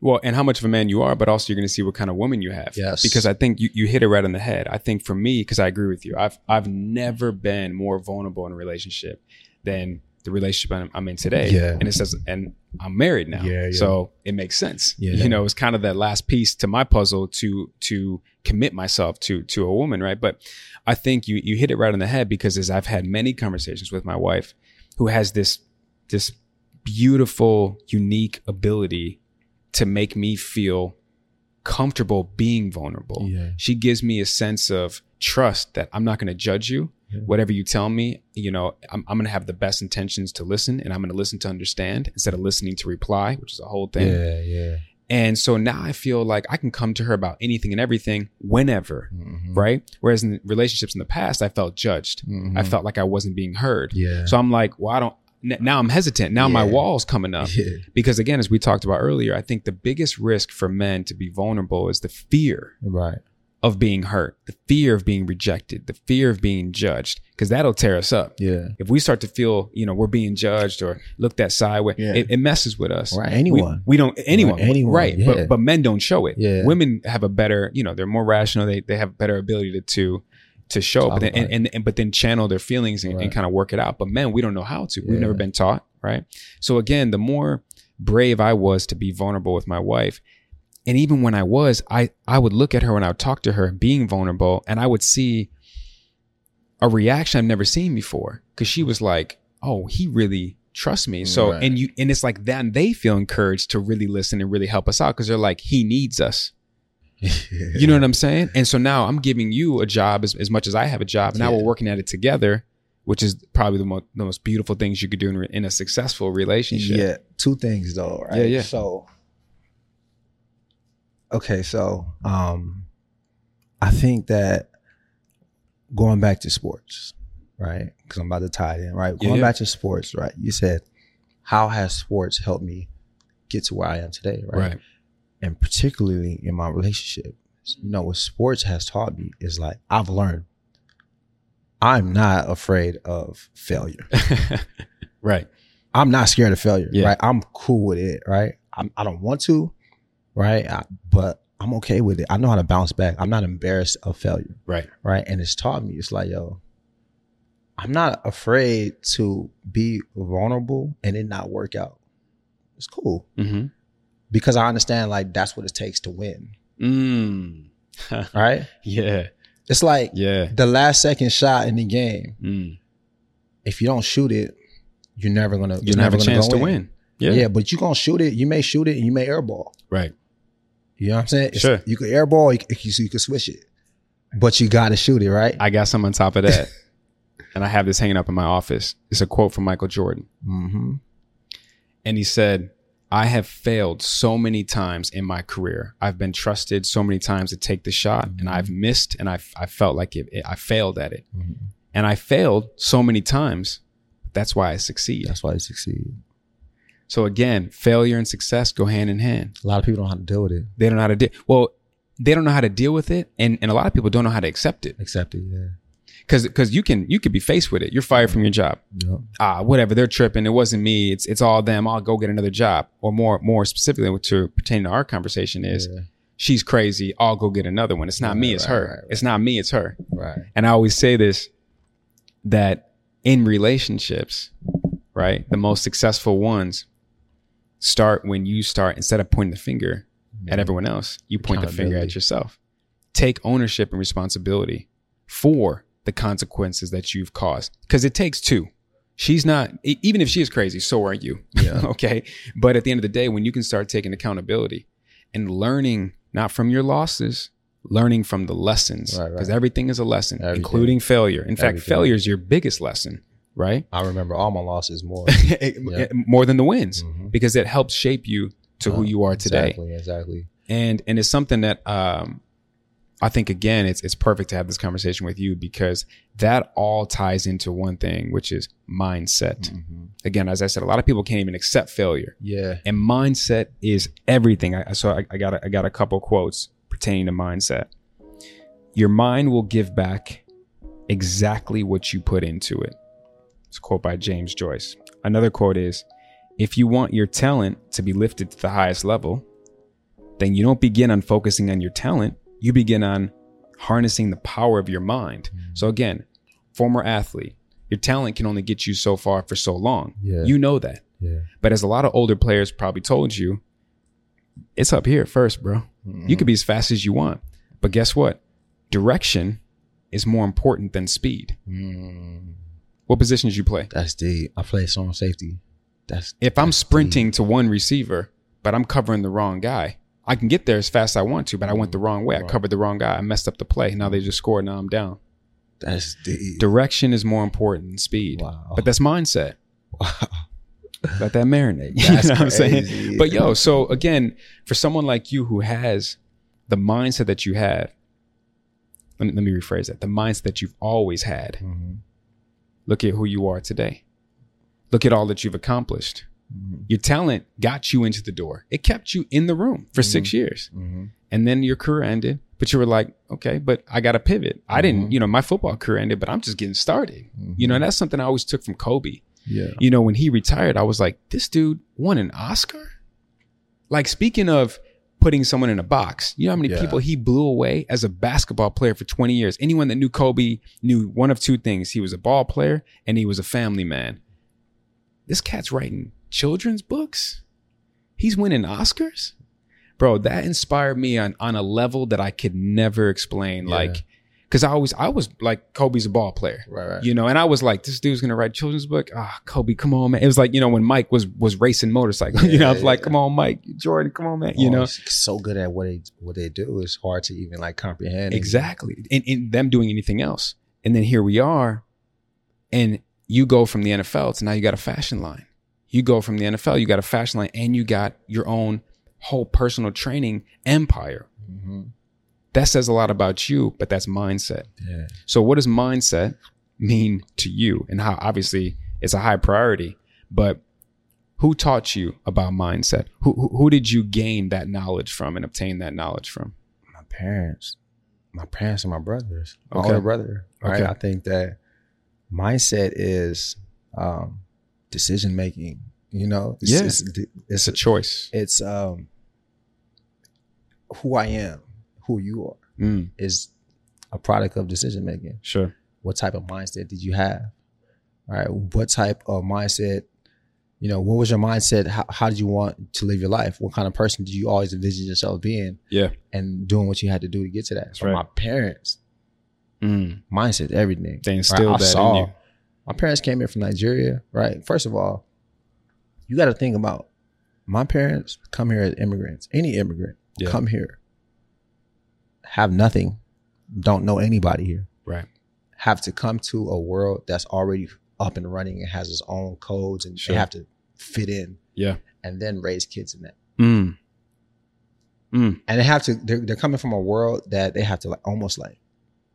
Well, and how much of a man you are, but also you're going to see what kind of woman you have.
Yes.
Because I think you, you hit it right on the head. I think for me, because I agree with you, I've I've never been more vulnerable in a relationship than the relationship I'm, I'm in today.
Yeah.
And it says, and I'm married now.
Yeah, yeah.
So it makes sense.
Yeah.
You know, it's kind of that last piece to my puzzle to to commit myself to to a woman, right? But I think you you hit it right on the head because as I've had many conversations with my wife, who has this this beautiful, unique ability to make me feel comfortable being vulnerable.
Yeah.
She gives me a sense of trust that I'm not going to judge you. Whatever you tell me, you know, I'm, I'm going to have the best intentions to listen and I'm going to listen to understand instead of listening to reply, which is a whole thing.
yeah,
And so now I feel like I can come to her about anything and everything whenever,
Mm-hmm.
right? Whereas in relationships in the past, I felt judged. I felt like I wasn't being heard.
Mm-hmm. Yeah.
So I'm like, well, I don't. n- Now I'm hesitant. Now my
Yeah.
wall's coming up
Yeah.
because again, as we talked about earlier, I think the biggest risk for men to be vulnerable is the fear
right.
of being hurt, the fear of being rejected, the fear of being judged, because that'll tear us up.
Yeah.
If we start to feel, you know, we're being judged or looked at sideways,
Yeah.
it, it messes with us.
Right, anyone.
We, we don't anyone.
Right, anyone,
Right.
yeah.
But but men don't show it.
Yeah.
Women have a better, you know, they're more rational. They they have better ability to to to show,
Talk
but then,
about
and, and, and but then channel their feelings and,
Right.
kind of work it out. But men, we don't know how to. We've never
Yeah.
been taught, right? So again, the more brave I was to be vulnerable with my wife, and even when I was, I I would look at her and I would talk to her, being vulnerable, and I would see a reaction I've never seen before because she was like, "Oh, he really." trusts me so
Right.
and you and it's like then they feel encouraged to really listen and really help us out because they're like he needs us you know what I'm saying? And so now I'm giving you a job as, as much as I have a job. Now we're
Yeah.
working at it together, which is probably the, mo- the most beautiful things you could do in, re- in a successful relationship.
Yeah, two things though, right?
Yeah, yeah.
So okay, so um I think that going back to sports, right? Because I'm about to tie it in, right?
Yeah,
Going
yeah.
back to sports, right? You said, how has sports helped me get to where I am today, right?
Right.
And particularly in my relationship, you know, what sports has taught me is like I've learned I'm not afraid of failure.
right.
I'm not scared of failure,
Yeah.
right? I'm cool with it, right? I'm, I don't want to, right? I, but I'm okay with it. I know how to bounce back. I'm not embarrassed of failure,
Right.
right? And it's taught me, it's like, yo, I'm not afraid to be vulnerable and it not work out. It's cool
hmm
because I understand, like, that's what it takes to win,
Mm.
right?
Yeah.
It's like
Yeah.
the last second shot in the game.
Mm.
If you don't shoot it, you're never gonna.
You
you're
don't have
never
a
gonna
chance
go
to
in.
win. Yeah.
Yeah. but you gonna shoot it. You may shoot it, and you may airball.
Right.
You know what I'm saying? It's-
Sure.
You could airball, you could, you could switch it, but you got to shoot it, right?
I got some on top of that. and I have this hanging up in my office. It's a quote from Michael Jordan.
mm-hmm.
and he said, I have failed so many times in my career. I've been trusted so many times to take the shot,
Mm-hmm.
and I've missed, and I, I felt like it, it- I failed at it.
Mm-hmm.
And I failed so many times. That's why I succeed.
That's why you succeed.
So, again, failure and success go hand in hand.
A lot of people don't know how to deal with it.
They don't know how to deal. Well, they don't know how to deal with it, and, and a lot of people don't know how to accept it
Accept it, yeah.
because you can you could be faced with it. You're fired from your job.
Yep.
ah, whatever, they're tripping. It wasn't me. It's it's all them. I'll go get another job. Or more more specifically, what to pertain to our conversation is,
Yeah.
she's crazy. I'll go get another one. It's not me.
Right,
It's
right,
her.
right, right.
It's not me. It's her.
Right.
And I always say this that in relationships, right, the most successful ones start when you start instead of pointing the finger at everyone else, you point the finger at
Accountability.
yourself. Take ownership and responsibility for the consequences that you've caused because it takes two. She's not, e- even if she is crazy, so are you.
Yeah.
okay. But at the end of the day, when you can start taking accountability and learning not from your losses, learning from the lessons,
Right, right.
because everything is a lesson,
Everything.
including failure. In fact,
Everything.
failure is your biggest lesson, right?
I remember all my losses more. Yeah.
More than the wins,
Mhm.
because it helps shape you to who
Uh,
you are today
Exactly, exactly.
and and it's something that um I think again it's it's perfect to have this conversation with you because that all ties into one thing which is mindset.
Mm-hmm.
Again, as I said, a lot of people can't even accept failure,
Yeah.
and mindset is everything. I, I- so I, I got a, I got a couple quotes pertaining to mindset. Your mind will give back exactly what you put into it. It's a quote by James Joyce. Another quote is If you want your talent to be lifted to the highest level, then you don't begin on focusing on your talent. You begin on harnessing the power of your mind.
Mm.
So, again, former athlete, your talent can only get you so far for so long.
Yeah.
You know that.
Yeah.
But as a lot of older players probably told you, it's up here first, bro.
Mm-hmm.
You could be as fast as you want. But guess what? Direction is more important than speed.
Mm.
What positions you play?
That's deep. I played strong safety. That's
If I'm sprinting to one receiver, but I'm covering the wrong guy, I can get there as fast as I want to, but I went the wrong way. I covered the wrong guy. I messed up the play. Now they just scored. Now I'm down.
that's deep.
Direction is more important than speed.
Wow.
But that's mindset. Let that marinate. You
That's
know what I'm saying?
crazy.
But yo, so again, for someone like you who has the mindset that you have, let me, let me rephrase that the mindset that you've always had, look at who you are today. Look at all that you've accomplished. Your talent got you into the door, it kept you in the room for six years. And then your career ended, but you were like, okay, but I got to pivot. I didn't, you know, my football career ended, but I'm just getting started. You know, and that's something I always took from Kobe
yeah.
you know, when he retired, I was like, this dude won an Oscar? Like, speaking of putting someone in a box. You know how many
Yeah.
people he blew away as a basketball player for 20 years? Anyone that knew Kobe knew one of two things he was a ball player and he was a family man. This cat's writing children's books, he's winning Oscars. Bro, that inspired me on, on a level that I could never explain.
Yeah.
Like, because I always, I was like, Kobe's a ball player.
Right, right.
You know, and I was like, this dude's gonna write a children's book. Ah, Kobe, come on, man. It was like, you know, when Mike was was racing motorcycle. you know, I was
Yeah,
like,
yeah.
come on, Mike, Jordan, come on, man. You know,
Oh, so good at what they what they do. It's hard to even like comprehend.
exactly. And, and them doing anything else. And then here we are, and you go from the NFL to now you got a fashion line. You go from the NFL, you got a fashion line, and you got your own whole personal training empire.
Mhm.
That says a lot about you, but that's mindset.
Yeah.
So, what does mindset mean to you? And how obviously it's a high priority, but who taught you about mindset? Who, who, who did you gain that knowledge from and obtain that knowledge from?
my parents, my parents and my brothers, my
Okay.
older brother. Right.
Okay.
I think that mindset is um, decision making. You know, it's,
Yeah.
it's, it's
It's a choice.
it's um, who I am, who you are
Mm,
is a product of decision making.
sure.
What type of mindset did you have? All right, what type of mindset? You know, what was your mindset? How, how did you want to live your life? What kind of person did you always envision yourself being?
Yeah.
and doing what you had to do to get to that. so
right.
my parents,
Mm,
mindset, everything.
They
right?
instilled that in you.
My parents came here from Nigeria, right? First of all, you got to think about my parents come here as immigrants. Any immigrant
Yeah.
come here, have nothing, don't know anybody here,
right.
have to come to a world that's already up and running and has its own codes and
Sure.
they have to fit in
Yeah.
and then raise kids in that
Mm. Mm.
and they have to they're, they're coming from a world that they have to like almost like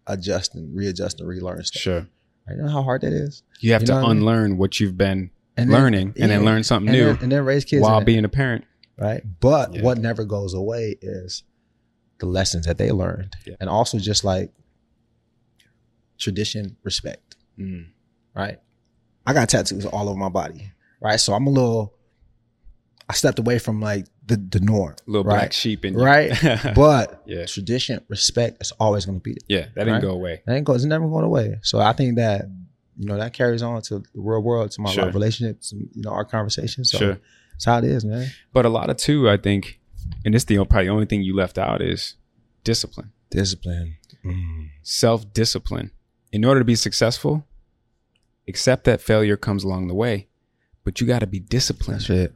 adjust and readjust and relearn stuff
Sure.
i know how hard that is
You have
You
to
know what I mean?
unlearn what you've been
And then-
learning and then
yeah.
learn something
and,
new
Then, and then raise kids
while
in it,
being a parent.
right but
Yeah.
what never goes away is the lessons that they learned
Yeah.
and also just like tradition respect
Mm.
right i got tattoos all over my body right so i'm a little i stepped away from like the, the norm
Little
right?
black sheep in you.
right but
Yeah.
tradition respect is always going to be there
yeah, that didn't
Right.
go away.
It ain't go, it's never going away. So I think that you know that carries on to the real world, to my
Sure.
life relationships, and, you know our conversations. So
Sure.
that's how it is, man.
But a lot of too, I think, and this the o- probably the only thing you left out is discipline,
Discipline. Mm.
self discipline. In order to be successful, accept that failure comes along the way, but you got to be disciplined.
That's it.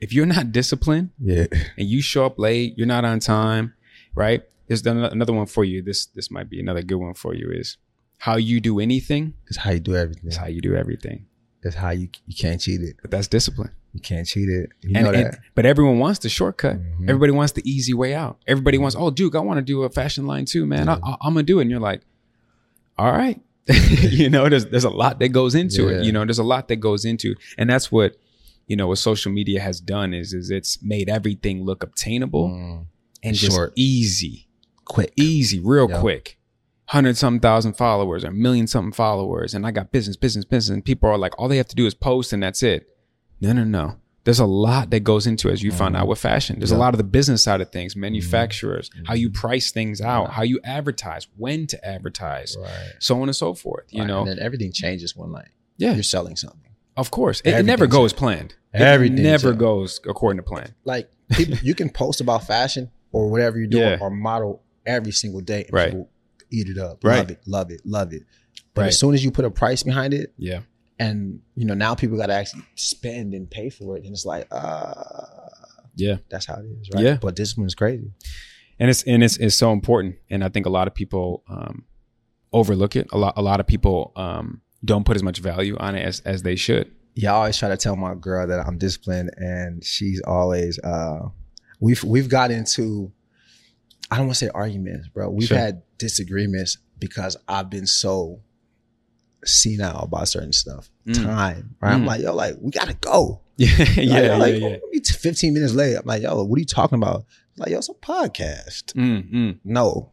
If you're not disciplined
Yeah.
and you show up late, you're not on time, right? There's an- another one for you. This this might be another good one for you is how you do anything
It's how you do everything.
is how you do everything.
That's how you you can't cheat it.
But that's discipline.
You can't cheat it. You
and,
know that.
and- but everyone wants the shortcut.
Mhm.
Everybody wants the easy way out. Everybody wants, oh, Duke, I want to do a fashion line too, man. I, I, am gonna do it. And you're like, all right, you know, there's there's a lot that goes into
Yeah.
it. You know, there's a lot that goes into, and that's what you know what social media has done is is it's made everything look obtainable
Mm.
and just
Short.
easy,
Quick.
easy, real
Yeah.
quick. Hundred something thousand followers or a million something followers, and I got business, business, business. And people are like, all they have to do is post, and that's it. No, no, no. There's a lot that goes into, as you
Mm-hmm.
found out with fashion. There's a lot of the business side of things, manufacturers, how you
Mm-hmm.
price things out, how you advertise, when to advertise,
Right.
so on and so forth. You
Right.
know,
And then everything changes one night.
yeah,
You're selling something.
of course, it, it never
everything's-
goes planned. It
everything's-
never
yeah.
goes according to plan.
Like people, you can post about fashion or whatever you're doing
Yeah.
or model every single day. And
Right.
People eat it up.
Right.
Love it. Love it. Love it. But
Right.
as soon as you put a price behind it,
Yeah,
and you know now people got to actually spend and pay for it and it's like uh
yeah.
that's how it is right
Yeah.
but discipline is crazy
and it's and it's, it's so important and i think a lot of people um overlook it a lot a lot of people um don't put as much value on it as as they should
yeah i always try to tell my girl that i'm disciplined and she's always uh we've we've got into i don't want to say arguments bro we've
Sure.
had disagreements because i've been so senile about certain stuff
Mm.
time right i'm
Mm.
like yo like we gotta go
yeah
Like,
yeah
like,
yeah, yeah.
oh, we 15 minutes late i'm like yo what are you talking about like yo it's a podcast
Mm, mm.
no,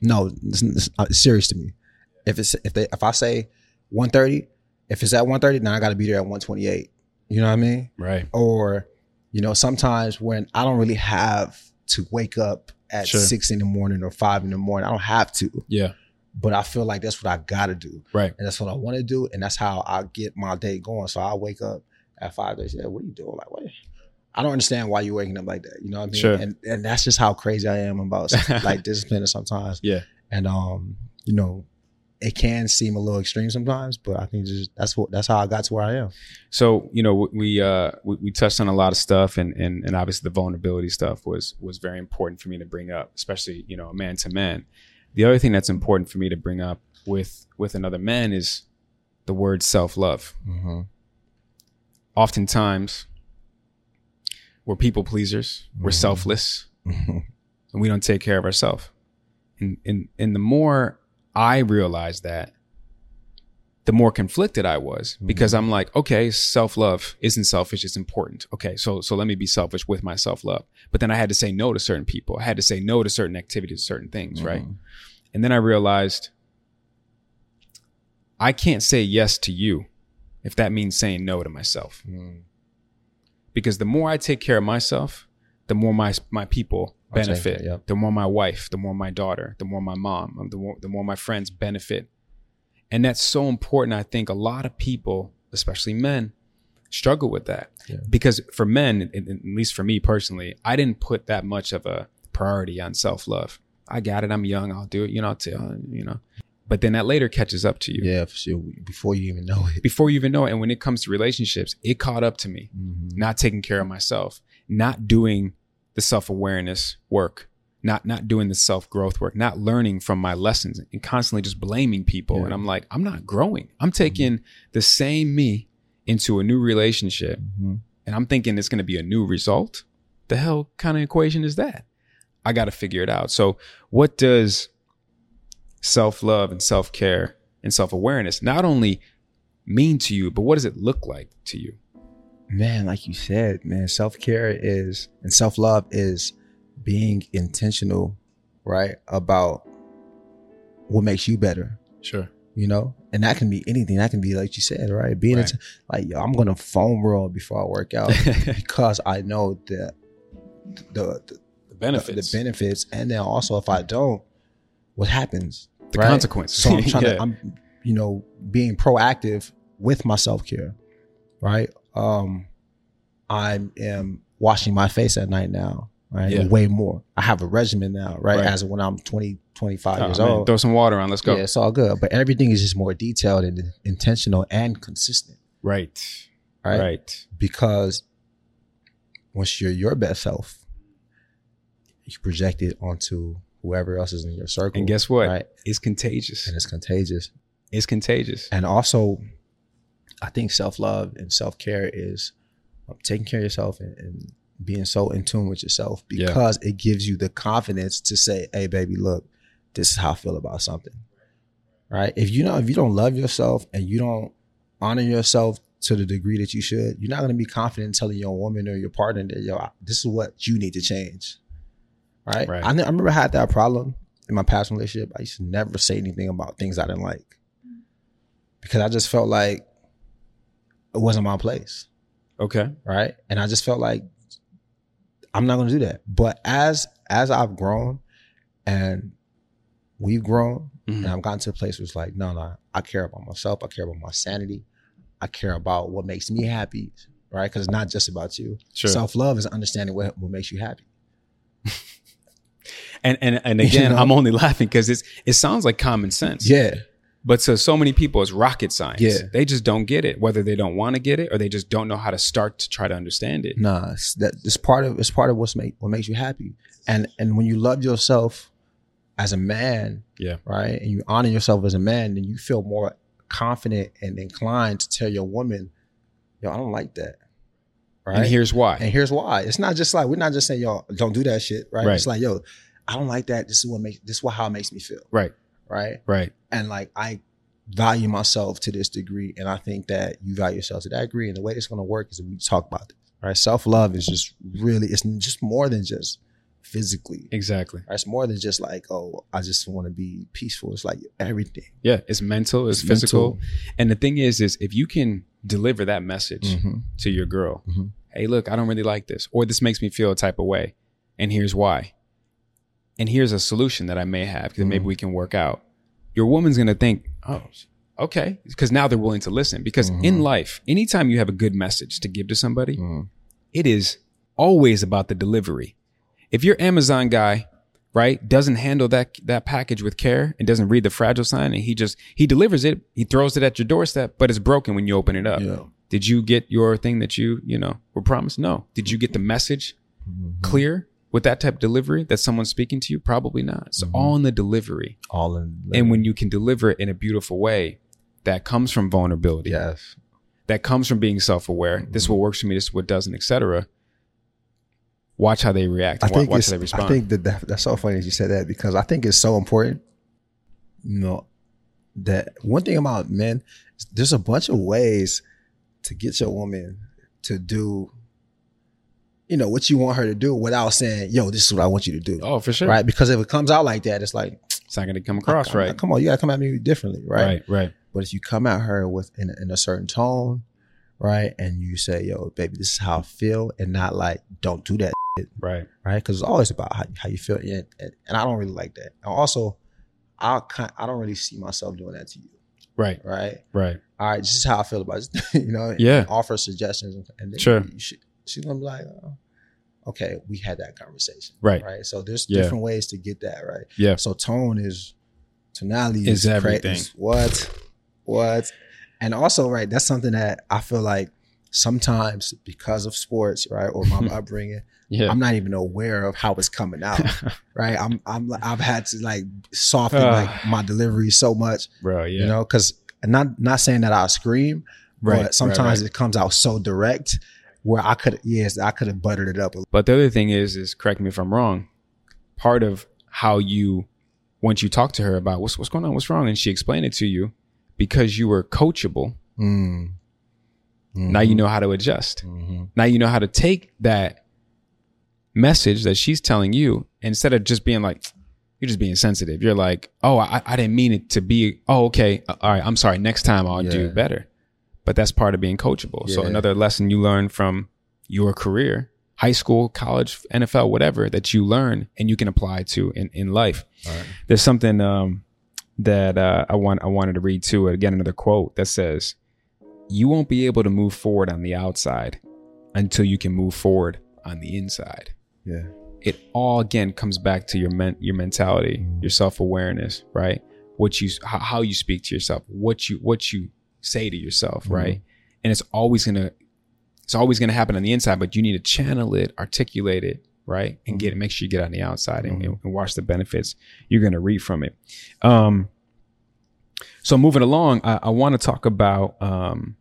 no, it's, it's, uh, it's serious to me. If it's if they if I say one thirty, if it's at one thirty, then I got to be there at one twenty eight. You know what I mean?
right
Or you know, sometimes when I don't really have to wake up at
Sure.
six in the morning or five in the morning. I don't have to,
Yeah.
but I feel like that's what I gotta do.
Right.
And that's what I want to do. And that's how I get my day going. So I wake up at five days. Yeah, what are you doing? Like, what? I don't understand why you're waking up like that. You know what I mean?
Sure.
And and that's just how crazy I am about like disciplining sometimes.
Yeah.
And um, you know, it can seem a little extreme sometimes, but I think just that's what that's how I got to where I am.
So you know we- we uh, we, we touched on a lot of stuff, and, and and obviously the vulnerability stuff was was very important for me to bring up, especially you know man to man. The other thing that's important for me to bring up with with another man is the word self love. Mm-hmm. Oftentimes, we're people pleasers, we're
Mhm.
selfless, and we don't take care of ourselves. And and and the more I realized that, the more conflicted I was because I'm like, okay, self love isn't selfish; it's important. Okay, so so let me be selfish with my self love. But then I had to say no to certain people. I had to say no to certain activities, certain things, right? And then I realized I can't say yes to you if that means saying no to myself.
Hmm.
Because the more I take care of myself, the more my my people
I'll take
benefit.
that, yep.
The more my wife, the more my daughter, the more my mom, um, the more, the more my friends benefit. And that's so important. I think a lot of people, especially men, struggle with that
Yeah.
because for men, at- at least for me personally, I didn't put that much of a priority on self love. I got it. I'm young. I'll do it. You know, I'll tell, you know, but then that later catches up to you
Yeah, for sure. Before you even know it.
before you even know it. And when it comes to relationships, it caught up to me.
Mm-hmm.
Not taking care of myself, not doing the self awareness work, not not doing the self growth work, not learning from my lessons, and constantly just blaming people.
Yeah.
And I'm like, I'm not growing. I'm taking the same me into a new relationship, and I'm thinking it's going to be a new result. The hell kind of equation is that? I got to figure it out. So, what does self love and self care and self awareness not only mean to you, but what does it look like to you?
Man, like you said, man, self care is and self love is being intentional, right? About what makes you better,
Sure.
you know? And that can be anything. That can be, like you said, right? Being
Right.
int- like, yo, I'm going to foam roll before I work out
the
because I know that the, the,
benefits,
the benefits. And then also, if I don't, what happens?
the
right?
consequences.
So I'm trying
Yeah.
to, I'm, you know, being proactive with my self care, right? Um, I am washing my face at night now, right?
Yeah.
Way more. I have a regimen now, right?
Right.
As of when I'm 20, 25
Oh,
years
man,
old.
throw some water on. Let's go.
Yeah, it's all good. But everything is just more detailed and intentional and consistent,
Right.
right?
Right.
Because once you're your best self, you project it onto whoever else is in your circle.
And guess what?
Right.
It's contagious.
And it's contagious.
It's contagious.
and also i think self-love and self-care is um, taking care of yourself and, and being so in tune with yourself
Yeah.
because it gives you the confidence to say hey baby look this is how i feel about something right if you know if you don't love yourself and you don't honor yourself to the degree that you should you're not going to be confident in telling your woman or your partner that yo I- this is what you need to change right,
Right.
I, kn- I remember i had that problem in my past relationship i used to never say anything about things i didn't like because I just felt like it wasn't my place,
Okay.
right? And I just felt like I'm not going to do that. But as as I've grown and we've grown,
Mhm.
and I've gotten to a place where it's like, no, no, I care about myself. I care about my sanity. I care about what makes me happy, right? Because it's not just about you.
Sure.
Self love is understanding what what makes you happy.
and and and
You
again,
know?
I'm only laughing because it's it sounds like common sense.
Yeah,
But to so many people, it's rocket science.
Yeah.
They just don't get it, whether they don't want to get it or they just don't know how to start to try to understand it.
Nah, it's, that it's part of it's part of what's make what makes you happy, and and when you love yourself as a man,
Yeah.
right, and you honor yourself as a man, then you feel more confident and inclined to tell your woman, "Yo, I don't like that," right?
And here's why.
And here's why. It's not just like we're not just saying, "Yo, don't do that shit," right?
Right.
It's like, "Yo, I don't like that. This is what makes this is what how it makes me feel,"
right.
right?
Right.
and like I value myself to this degree, and I think that you value yourself to that degree. And the way it's going to work is we talk about this, right? Self love is just really it's just more than just physically.
Exactly.
Right? It's more than just like oh, I just want to be peaceful. It's like everything.
Yeah. It's mental. It's, physical. And the thing is, is if you can deliver that message
Mental.
to your girl,
Mhm.
hey, look, I don't really like this, or this makes me feel a type of way. and here's why. And here's a solution that I may have because maybe we can work out. Your woman's going to think, oh, okay, because now they're willing to listen. Because in life, anytime you have a good message to give to somebody, it is always about the delivery. If your Amazon guy, right, doesn't handle that that package with care and doesn't read the fragile sign and he just he delivers it, he throws it at your doorstep, but it's broken when you open it up.
Yeah.
Did you get your thing that you, you know, were promised? No. Did you get the message
Mm-hmm.
clear with that type of delivery that someone's speaking to you? Probably not. It's
Mm-hmm.
all in the delivery.
All in.
And when you can deliver it in a beautiful way, that comes from vulnerability
yes. Mm-hmm.
that comes from being self-aware. This is what works for me. This is what doesn't, etc. Watch how they react.
I
and wa-
think
watch
it's,
how they respond.
I think that, that that's so funny that you said that because I think it's so important. You know, that one thing about men, is there's a bunch of ways to get your woman to do, you know, what you want her to do without saying, "Yo, this is what I want you to do."
oh, for sure.
Right? Because if it comes out like that, it's like, "Oh,
It's not going to come across right.
come on, you gotta come at me differently, right?
Right. Right.
But if you come at her with in, in a certain tone, right, and you say, "Yo, baby, this is how I feel," and not like, "Don't do that."
Right.
right? Because it's always about how, how you feel, and, and, and I don't really like that. And also, I kind I don't really see myself doing that to you,
Right.
right?
Right.
All right, this is how I feel about it, you know.
Yeah.
and offer suggestions, and- and then
Sure.
you should- she's gonna be like, oh, okay, we had that conversation,
Right.
Right. So there's
Yeah.
different ways to get that, right?
Yeah.
So tone is tonality
Is
is, cra-
everything.
is what, what, and also right. That's something that I feel like sometimes because of sports, right, or my upbringing,
Yeah.
I'm not even aware of how it's coming out, right? I'm I'm I've had to like soften
Ah.
like my delivery so much,
Bro. Yeah.
you know, because not not saying that I scream,
Right, right,
but sometimes
right.
it comes out so direct where I could yes I could have buttered it up. a
But the other thing is, is correct me if I'm wrong. Part of how you, once you talk to her about what's what's going on, what's wrong, and she explained it to you, because you were coachable.
Mm.
Now you know how to adjust. Mm-hmm. Now you know how to take that message that she's telling you instead of just being like, you're just being sensitive. You're like, oh, I, I didn't mean it to be. Oh, okay. All right. I'm sorry. Next time I'll do
Yeah.
better. But that's part of being coachable. So
Yeah.
another lesson you learn from your career, high school, college, NFL, whatever that you learn and you can apply to in, in life. There's something um, that uh, I want I wanted to read too. Again, another quote that says, "You won't be able to move forward on the outside until you can move forward on the inside."
Yeah.
It all again comes back to your men- your mentality, your self awareness, right? What you how, how you speak to yourself, what you what you say to yourself, right? And it's always gonna it's always gonna happen on the inside, but you need to channel it, articulate it, right, and
Mm-hmm.
get it. Make sure you get it on the outside and, and, and watch the benefits you're gonna reap from it. Um, so moving along, I, I want to talk about um,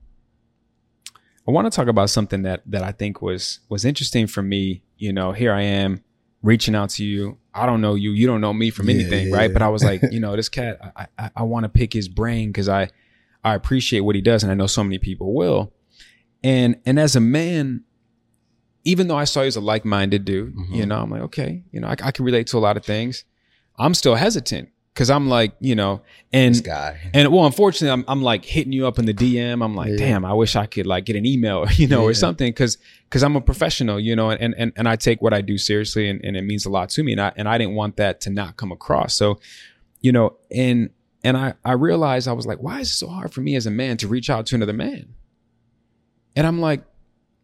I want to talk about something that that I think was was interesting for me. You know, here I am reaching out to you. I don't know you. You don't know me from
Yeah,
anything,
yeah,
right?
yeah.
But I was like, you know, this cat. I I, I want to pick his brain because I I appreciate what he does, and I know so many people will. And and as a man, even though I saw you as a like minded dude,
Mm-hmm.
you know, I'm like, okay, you know, I, I can relate to a lot of things. I'm still hesitant because I'm like, you know, and
This guy.
and well, unfortunately, I'm, I'm like hitting you up in the DM. I'm like, damn, I wish I could like get an email, you know, or something, because because I'm a professional, you know, and and and I take what I do seriously, and, and it means a lot to me, and I and I didn't want that to not come across. So, you know, and and I I realized I was like, why is it so hard for me as a man to reach out to another man? And I'm like,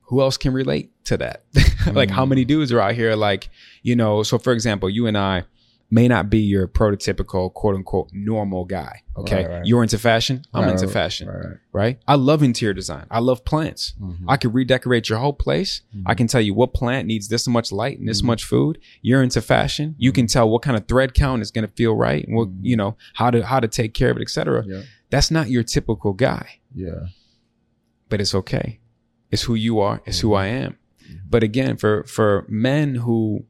who else can relate to that? like, how many dudes are out here like, you know? So, for example, you and I may not be your prototypical quote unquote normal guy. Okay.
Right, right.
You're into fashion. I'm
Right,
into
right,
fashion. Right.
right, Mm-hmm. right.
I love interior design. I love plants. I could redecorate your whole place.
Mm-hmm.
I can tell you what plant needs this much light and this much food. You're into fashion. You
Mm-hmm.
can tell what kind of thread count is going to feel right and what, you know, how to, how to take care of it, et cetera.
Yeah.
That's not your typical guy
Yeah.
but it's okay. It's who you are. It's who I am.
Mm-hmm.
But again, for for men who,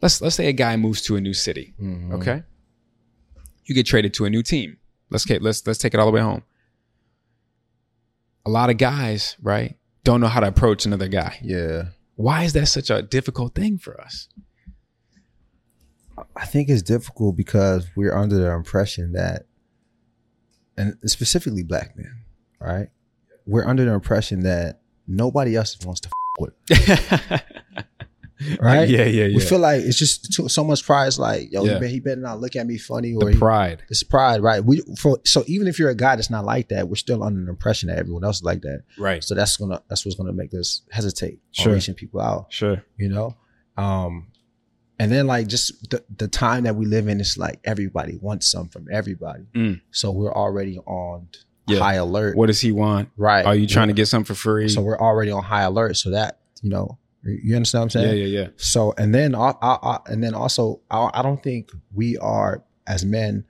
let's let's say a guy moves to a new city,
Mm-hmm.
okay, you get traded to a new team. Let's get let's let's take it all the way home. A lot of guys, right, don't know how to approach another guy.
Yeah.
Why is that such a difficult thing for us?
I think it's difficult because we're under the impression that, and specifically black men, right? We're under the impression that nobody else wants to f- with. us. right?
Yeah, yeah, yeah.
We feel like it's just too, so much pride. It's like, yo,
Yeah.
he, bet- he better not look at me funny or
the
he-
pride.
it's pride, right? We for so even if you're a guy that's not like that, we're still under the impression that everyone else is like that.
Right.
So that's gonna that's what's gonna make us hesitate
Sure.
on reaching people out,
Sure.
you know. Um, and then like just the the time that we live in, it's like everybody wants some from everybody,
Mm.
so we're already on
Yeah.
high alert,
What does he want?
right?
Are you trying to get something for free?
So we're already on high alert. So that you know, you you understand what I'm saying?
yeah, yeah, yeah.
So and then I, I, I and then also I, I don't think we are as men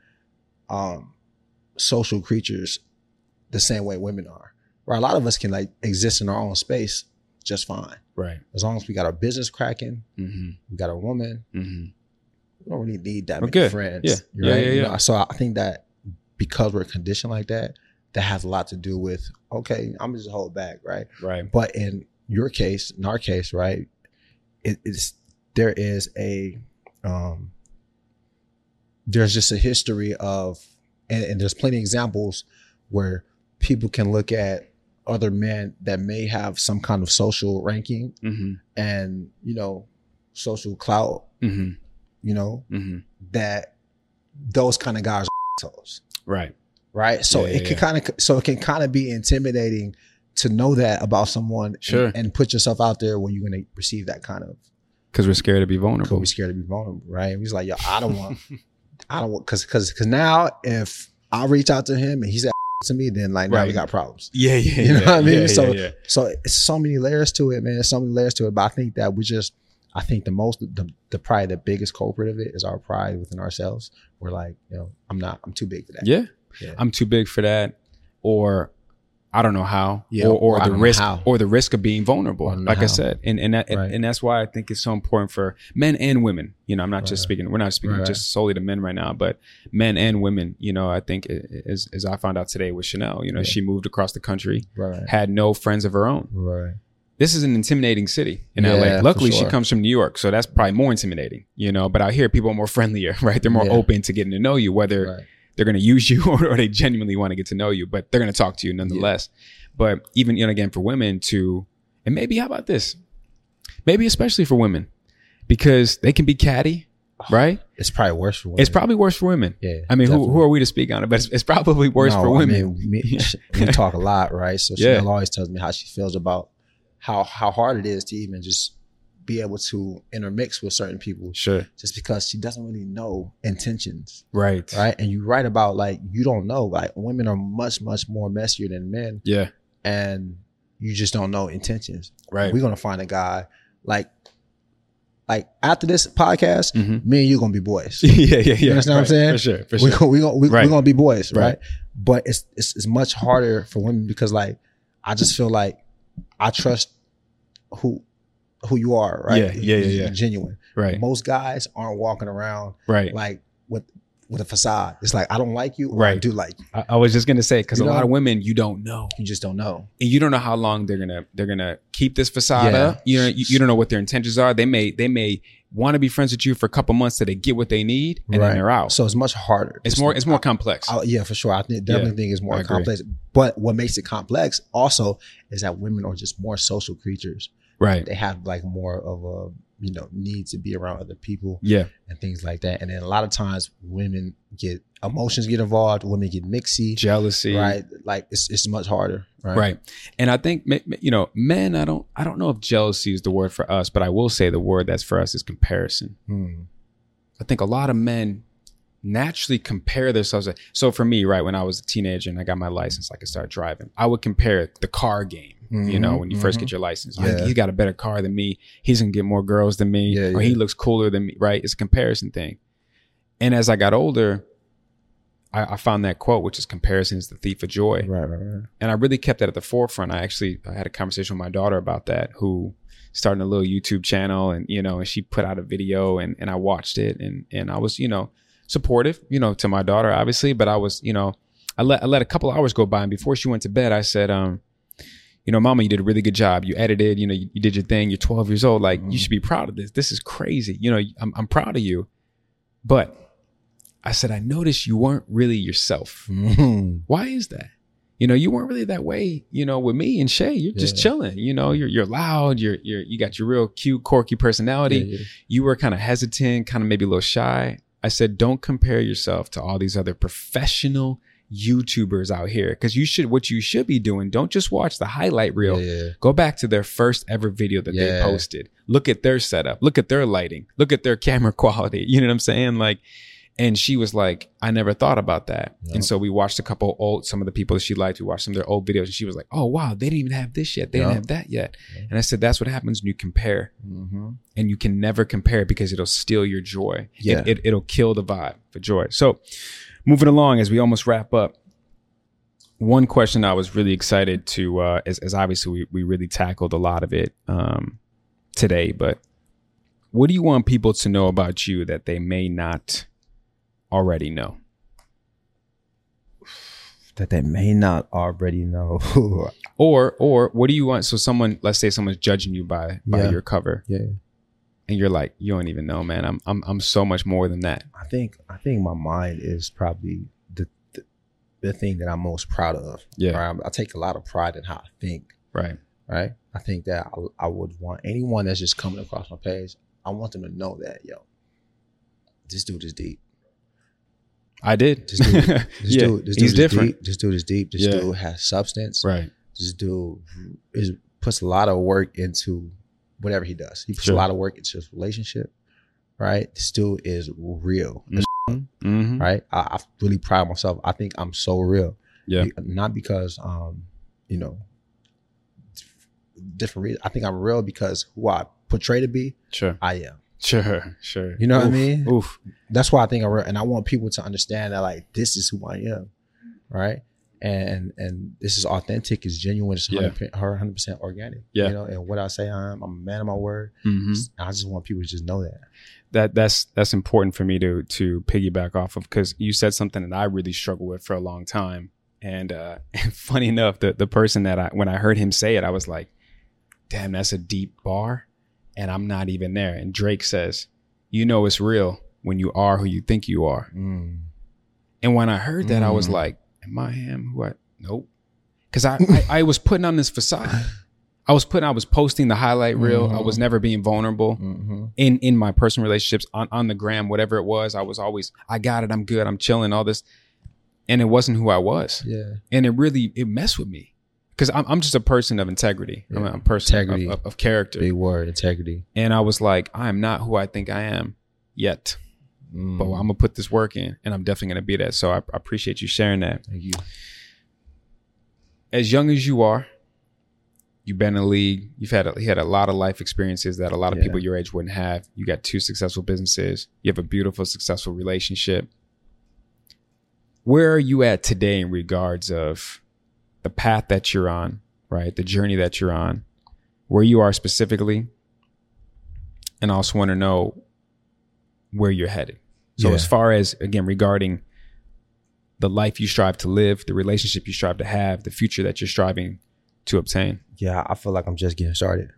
um social creatures the same way women are. Right? A lot of us can like exist in our own space just fine.
Right.
As long as we got our business cracking,
Mm-hmm.
we got a woman,
Mm-hmm.
we don't really need that
We're
many
good.
friends.
Yeah.
You're
Yeah,
right?
yeah,
You
yeah.
know, so I think that because we're conditioned like that, that has a lot to do with, okay, I'm just hold back, right?
Right.
But in your case, in our case, right, it, it's there is a um there's just a history of and, and there's plenty of examples where people can look at other men that may have some kind of social ranking
Mm-hmm.
and you know social clout,
Mm-hmm.
you know,
Mm-hmm.
that those kind of guys are assholes
Right.
right? So
Yeah,
it
yeah,
can kind of so it can kind of be intimidating to know that about someone and-
Sure.
and, put yourself out there where you're going to receive that kind of
Because we're scared to be
could
vulnerable.
be scared to be vulnerable, right? He's like, yo, I don't want, I don't want, because because because now if I reach out to him and he's a to me, then like now we
Right.
got problems.
Yeah, yeah.
You know
yeah,
what I mean?
Yeah,
So-
yeah, yeah.
So it's so many layers to it, man. It's so many layers to it, but I think that we just. I think the most, the, the probably the biggest culprit of it is our pride within ourselves. We're like, you know, I'm not, I'm too big for that.
Yeah.
Yeah.
I'm too big for that, or I don't know how,
Yeah,
or, or,
or I
the
don't know
risk,
how.
or the risk of being vulnerable.
I don't know
like I
how.
said, and and that,
Right.
and that's why I think it's so important for men and women. You know, I'm not
Right.
just speaking. We're not speaking
Right.
just solely to men right now, but men and women. You know, I think i- i- as as I found out today with Chanel, you know,
Yeah.
she moved across the country,
Right.
had no friends of her own.
Right.
This is an intimidating city in
Yeah,
LA.
for
Luckily, she
sure.
comes from New York, so that's probably more intimidating. You know, but out here, people are more friendlier, right? They're more
Yeah.
open to getting to know you, whether
Right.
they're going to use you or, or they genuinely want to get to know you, but they're going to talk to you nonetheless. But even, you know, again, for women to, and maybe how about this? Maybe especially for women, because they can be catty, right?
It's probably worse for women.
It's probably worse for women.
Oh, Yeah,
I mean, who,
definitely.
who are we to speak on it? But it's, it's probably worse
No,
for
I
women.
mean, me- we talk a lot, right? So
Yeah.
Chanel always tells me how she feels about how how hard it is to even just be able to intermix with certain people,
sure.
just because she doesn't really know intentions,
Right.
right? And you're right about like you don't know. Like women are much much more messier than men,
Yeah.
and you just don't know intentions.
Right.
We're gonna find a guy like like after this podcast,
Mhm.
me and you gonna be boys.
yeah. Yeah. Yeah.
You understand what I'm
Right.
saying?
For sure. For
we
sure.
gon- we gon- we
Right.
we gonna be boys, right?
Right.
But it's, it's it's much harder for women because like I just feel like I trust who who you are, right?
Yeah, yeah, yeah,
You're
yeah.
Genuine.
Right.
Most guys aren't walking around
Right.
like with with a facade. It's like I don't like you, or I
Right.
do like you.
I, I was just going to say, because
You
a
know-
lot of women, you don't know.
You just don't know.
and you don't know how long they're gonna they're gonna keep this facade
Yeah.
up. You know, you, you don't know what their intentions are. They may they may want to be friends with you for a couple months till they get what they need and then they're out.
So it's much harder.
it's more it's more complex.
Oh yeah, for sure. I think, definitely think it's
I
more
agree.
complex. But what makes it complex also is that women are just more social creatures.
right.
They have like more of a you know need to be around other people.
Yeah.
and things like that. And then a lot of times women get emotions get involved, women get mixy,
Jealousy.
right? Like it's it's much harder, right?
Right. And I think ma- ma- you know, men. I don't I don't know if jealousy is the word for us, but I will say the word that's for us is comparison.
Hmm.
I think a lot of men naturally compare themselves. So for me, right, when I was a teenager and I got my license, I could start driving. I would compare the car game. You know,
Mhm,
when you first
mhm.
get your license,
Yeah.
he's got a better car than me. He's gonna get more girls than me,
Yeah,
or he
yeah.
looks cooler than me. Right? It's a comparison thing. And as I got older, I, I found that quote, which is "Comparison is the thief of joy."
Right, right, right.
and I really kept that at the forefront. I actually I had a conversation with my daughter about that, who started a little YouTube channel, and you know, and she put out a video, and and I watched it, and and I was you know supportive, you know, to my daughter obviously, but I was you know I let I let a couple hours go by, and before she went to bed, I said, um, you know, Mama, you did a really good job. You edited, you know, you, you did your thing. You're 12 years old, like you should be proud of this. This is crazy, you know. I'm I'm proud of you, but I said I noticed you weren't really yourself.
Mhm.
Why is that? you know, you weren't really that way, you know, with me and Shay. You're just
Yeah.
chilling. You know, you're you're loud, you're you're you got your real cute, quirky personality.
Yeah, yeah.
You were kind of hesitant, kind of maybe a little shy. I said, don't compare yourself to all these other professional YouTubers out here. Cause you should what you should be doing, don't just watch the highlight reel.
Yeah, yeah.
Go back to their first ever video that they
Yeah.
posted. Look at their setup. Look at their lighting. Look at their camera quality. You know what I'm saying? Like, and she was like, I never thought about that.
Yeah.
And so we watched a couple old, some of the people that she liked, we watched some of their old videos, and she was like, Oh wow, they didn't even have this yet. They
Yeah.
didn't have that yet. And I said, That's what happens when you compare
Mm-hmm.
and you can never compare because it'll steal your joy.
Yeah.
It, it, will kill the vibe for joy. So, moving along as we almost wrap up, one question I was really excited to, uh, as, as obviously we, we really tackled a lot of it um, today, but what do you want people to know about you that they may not already know?
That they may not already know.
Or, or what do you want? So, someone, let's say someone's judging you by, by
Yeah.
your cover,
yeah.
and you're like, you don't even know, man. I'm, I'm, I'm so much more than that.
I think I think my mind is probably the the, the thing that I'm most proud of.
Yeah.
Right? I take a lot of pride in how I think.
Right.
Right. I think that I, I would want anyone that's just coming across my page. I want them to know that yo, this dude is deep.
I did.
This dude, this
yeah.
dude, this dude
he's
is
different.
Deep. This dude is deep. This
Yeah.
dude has substance.
Right.
This dude is puts a lot of work into whatever he does. He puts
Sure.
a lot of work into his relationship. Right. This dude is real.
Mm-hmm.
right? I, I really pride myself. I think I'm so real.
Yeah.
Be- Not because um, you know, dif- different reasons. I think I'm real because who I portray to be,
Sure.
I am.
Sure. Sure.
You know what I
Oof,
mean?
Oof.
That's why I think I'm real. And I want people to understand that like this is who I am. Right. And and this is authentic, it's genuine, it's
Yeah.
100 hundred percent organic.
Yeah.
You know, and what I say I am, I'm a man of my word.
Mhm.
I just want people to just know that.
That that's that's important for me to to piggyback off of because you said something that I really struggled with for a long time. And uh, funny enough, the the person that I when I heard him say it, I was like, "Damn, that's a deep bar," and I'm not even there. And Drake says, "You know it's real when you are who you think you are." Mm-hmm. And when I heard that, I was
Mm.
like, "Am I him? Who I? Nope." Because I, I I was putting on this facade. I was putting. I was posting the highlight reel. I
Mm.
was never being vulnerable
Mm-hmm.
in in my personal relationships on on the gram, whatever it was. I was always, I got it. I'm good. I'm chilling. All this, and it wasn't who I was.
Yeah.
And it really it messed with me because I'm I'm just a person of integrity. I'm a person of-
Integrity.
Of, of character.
Big word, integrity.
And I was like, I am not who I think I am yet.
Mm.
But I'm gonna put this work in, and I'm definitely gonna be that. So I, I appreciate you sharing that.
Thank you.
as young as you are, you've been in the league. You've had a, you had a lot of life experiences that a lot of
Yeah.
people your age wouldn't have. You got two successful businesses. You have a beautiful, successful relationship. Where are you at today in regards of the path that you're on, right? The journey that you're on, where you are specifically, and I also want to know where you're headed. So
Yeah.
as far as again regarding the life you strive to live, the relationship you strive to have, the future that you're striving to obtain.
yeah, I feel like I'm just getting started.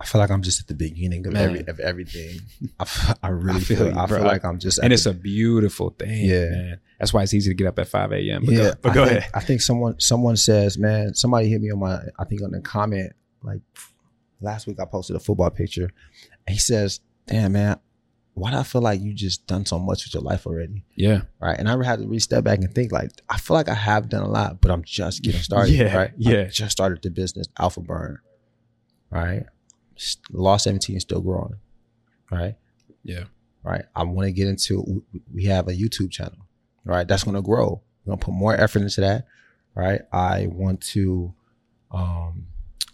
I feel like I'm just at the beginning of
Mm. Man.
every of everything. I, f- I really
I feel
feel,
you,
I feel
bro.
like I'm just at
And it's
the-
a beautiful thing,
Yeah.
man. That's why it's easy to get up at 5 a.m. But
yeah.
go, but
I
go
think,
ahead.
I think someone someone says, man, somebody hit me on my I think on the comment like last week I posted a football picture. And he says, damn man, why do I feel like you just done so much with your life already?
Yeah.
Right. And I had to really step back and think like I feel like I have done a lot, but I'm just getting started.
Yeah,
Right. I
yeah.
just started the business, Alpha Burn. Right. S- Law 17 is still growing. Right.
Yeah.
Right. I want to get into we- we have a YouTube channel. Right. That's gonna grow. We're gonna put more effort into that. Right. I want to um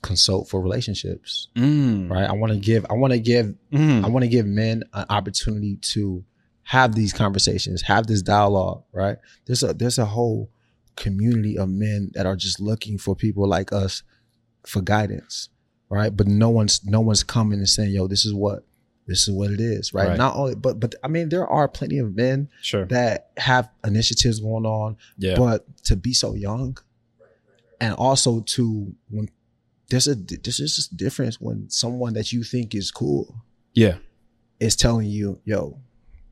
consult for relationships.
Mm.
Right. I wanna give I wanna give
Mm.
I want to give men an opportunity to have these conversations, have this dialogue, right? There's a there's a whole community of men that are just looking for people like us for guidance, right? But no one's no one's coming and saying, "Yo, this is what this is what it is," right?
Right.
Not only, but but I mean, there are plenty of men
Sure.
that have initiatives going on,
yeah.
but to be so young and also to when there's a there's just a difference when someone that you think is cool
yeah.
is telling you yo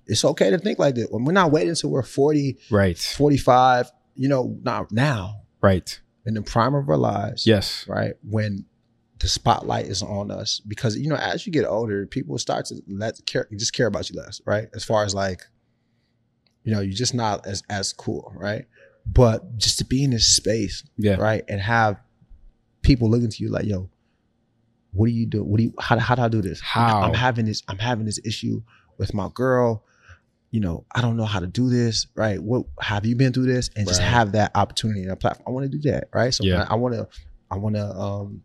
it's okay to think like this when we're not waiting until we're 40
Right.
45 you know, not now
Right.
in the prime of our lives.
Yes.
Right. When the spotlight is on us because you know as you get older people start to let care just care about you less right as far as like you know you're just not as as cool right but just to be in this space
Yeah.
right and have people looking to you like yo what do you do what do you how, how do i do this
How?
i'm having this i'm having this issue with my girl you know i don't know how to do this right what have you been through this and just
Right.
have that opportunity and a platform i want to do that right so
Yeah.
I- i want to i want to um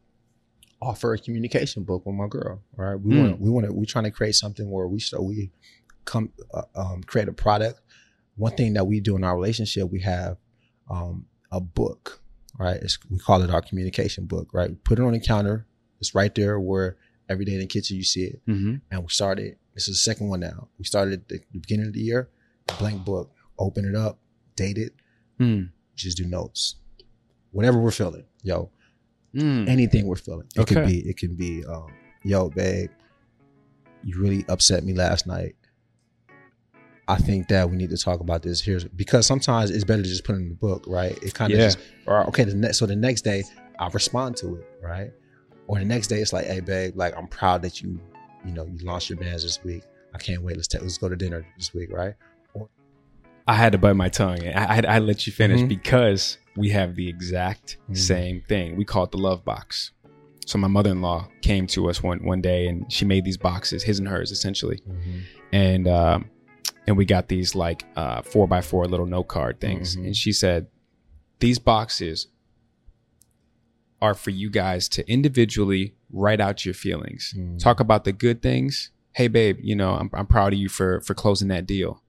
offer a communication book with my girl right we
Mm.
want to we want to we're trying to create something where we so we come uh, um, create a product one thing that we do in our relationship we have um, a book right it's, we call it our communication book right we put it on the counter it's right there where every day in the kitchen you see it
Mm-hmm.
and we started this is the second one now we started at the, the beginning of the year blank book open it up date it
Mm.
just do notes whatever we're feeling yo
Mm.
anything we're feeling. It could
Okay.
be it can be um, yo, babe, you really upset me last night. I think that we need to talk about this here because sometimes it's better to just put it in the book, right? It kind of
Yeah.
just or okay, the next so the next day I respond to it, right? Or the next day it's like, hey babe, like I'm proud that you, you know, you launched your bands this week. I can't wait. Let's ta- let's go to dinner this week, right?
I had to bite my tongue. and I, I, I let you finish
Mhm.
because we have the exact
Mhm.
same thing. We call it the love box. So my mother-in-law came to us one one day, and she made these boxes, his and hers, essentially, and um, and we got these like uh, four by four little note card things.
Mhm.
And she said, these boxes are for you guys to individually write out your feelings.
Mm.
Talk about the good things. Hey, babe, you know, I'm, I'm proud of you for for closing that deal.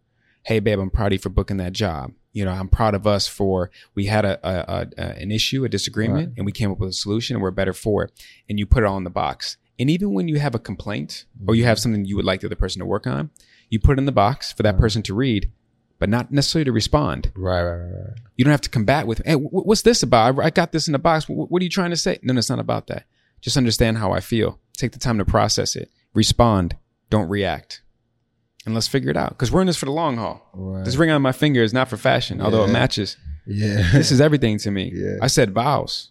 Hey, babe, I'm proud of you for booking that job. You know, I'm proud of us for we had a, a, a, a- an issue, a disagreement,
Right.
and we came up with a solution, and we're better for it. And you put it all in the box. And even when you have a complaint or you have something you would like the other person to work on, you put it in the box for that person to read, but not necessarily to respond.
Right, right, right, right.
You don't have to combat with, hey, wh- what's this about? I I got this in the box. Wh- What are you trying to say? No, no, it's not about that. Just understand how I feel. Take the time to process it. Respond. Don't react. And let's figure it out because we're in this for the long haul.
Right.
This ring on my finger is not for fashion, although it
Yeah.
matches.
Yeah.
This is everything to me.
Yeah.
I said vows.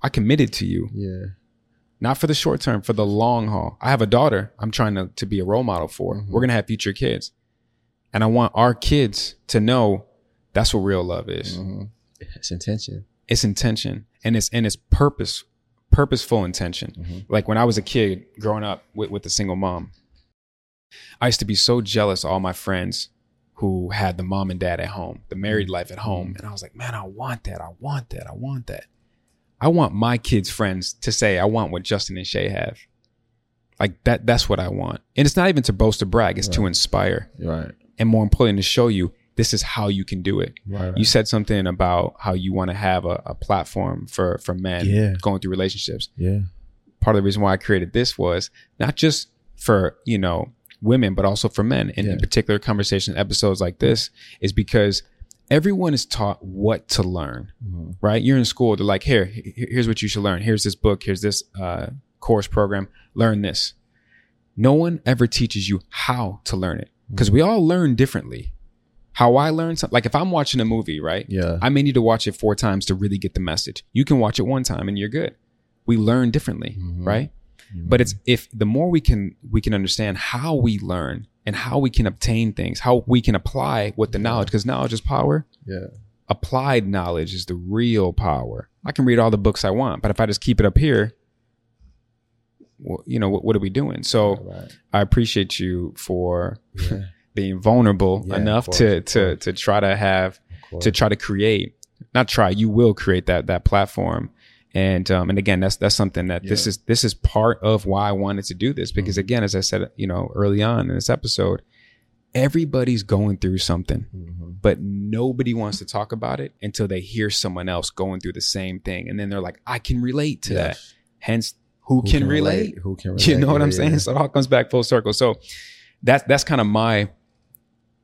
I committed to you,
yeah.
not for the short term, for the long haul. I have a daughter I'm trying to, to be a role model for.
Mm-hmm.
We're going to have future kids. And I want our kids to know that's what real love is
Mhm. It's intention.
it's intention and it's and it's purpose purposeful intention like when i was a kid growing up with, with a single mom i used to be so jealous of all my friends who had the mom and dad at home the married life at home and i was like man i want that i want that i want that i want my kids friends to say i want what justin and shay have like that that's what i want and it's not even to boast or brag it's to inspire
Right.
and more importantly to show you this is how you can do it
Right. right.
you said something about how you want to have a, a platform for for men
Yeah.
going through relationships.
yeah.
Part of the reason why I created this was not just for you know women, but also for men, and in
Yeah.
particular conversation episodes like this is because everyone is taught what to learn. Right? You're in school. They're like, here, he- here's what you should learn. Here's this book. Here's this uh, course program. Learn this. No one ever teaches you how to learn it because we all learn differently. How I learn something, like if I'm watching a movie, right?
Yeah.
I may need to watch it four times to really get the message. You can watch it one time and you're good. We learn differently, right? But it's if the more we can we can understand how we learn and how we can obtain things, how we can apply what the knowledge because knowledge is power.
yeah.
Applied knowledge is the real power. I can read all the books I want, but if I just keep it up here, well, you know what, what are we doing? So
Right.
I appreciate you for
Yeah.
being vulnerable
Yeah, of
enough
course,
to
of
to
course.
to try to have to try to create not try you will create that that platform and um and again that's that's something that this
Yeah. Mm-hmm.
is this is part of why I wanted to do this because again as I said you know early on in this episode everybody's going through something
Mm-hmm.
but nobody wants to talk about it until they hear someone else going through the same thing and then they're like I can relate to that hence who, can, relate
Who can
you know what I'm saying? So it all comes back full circle. So that's that's kind of my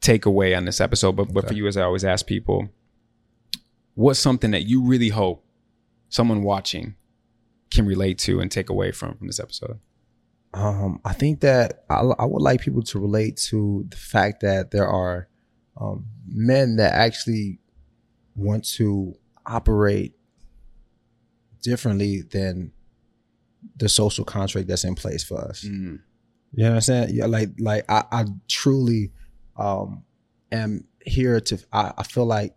takeaway on this episode. But but for you, as I always ask people, what's something that you really hope someone watching can relate to and take away from from this episode?
Um, I think that I, I would like people to relate to the fact that there are um, men that actually want to operate differently than the social contract that's in place for us.
Mm.
You know what I'm saying? Yeah, like like I, I truly um am here to I, I feel like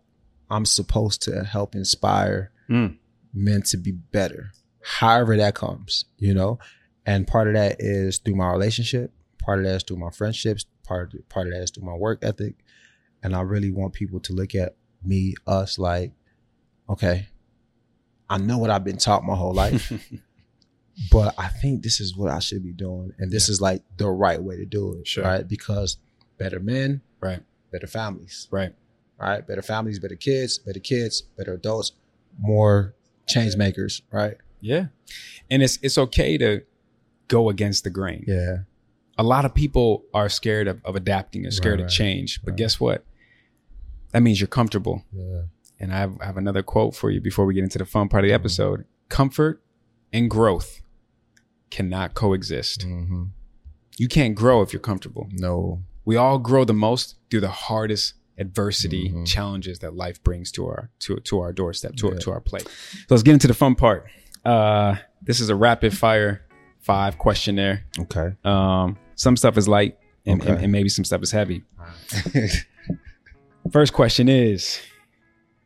I'm supposed to help inspire
Mm.
men to be better. However that comes, you know? And part of that is through my relationship, part of that is through my friendships, part of, part of that is through my work ethic. And I really want people to look at me, us like, okay, I know what I've been taught my whole life but I think this is what I should be doing, and this is like the right way to do it,
Sure.
right? Because better men,
Right.
better families,
Right.
right? Better families, better kids, better kids, better adults, more change makers, right?
Yeah. And it's it's okay to go against the grain.
Yeah,
a lot of people are scared of, of adapting and scared
Right,
of
right,
change. But
right.
guess what? That means you're comfortable.
yeah,
And I have, I have another quote for you before we get into the fun part of
Mm-hmm.
the episode. Comfort and growth cannot coexist.
mm-hmm.
You can't grow if you're comfortable.
no,
We all grow the most through the hardest adversity
Mhm.
challenges that life brings to our to, to our doorstep, to,
Yeah.
to our plate. So let's get into the fun part. Uh, this is a rapid fire five questionnaire.
okay,
Um, some stuff is light, and,
Okay.
and, and maybe some stuff is heavy. First question is,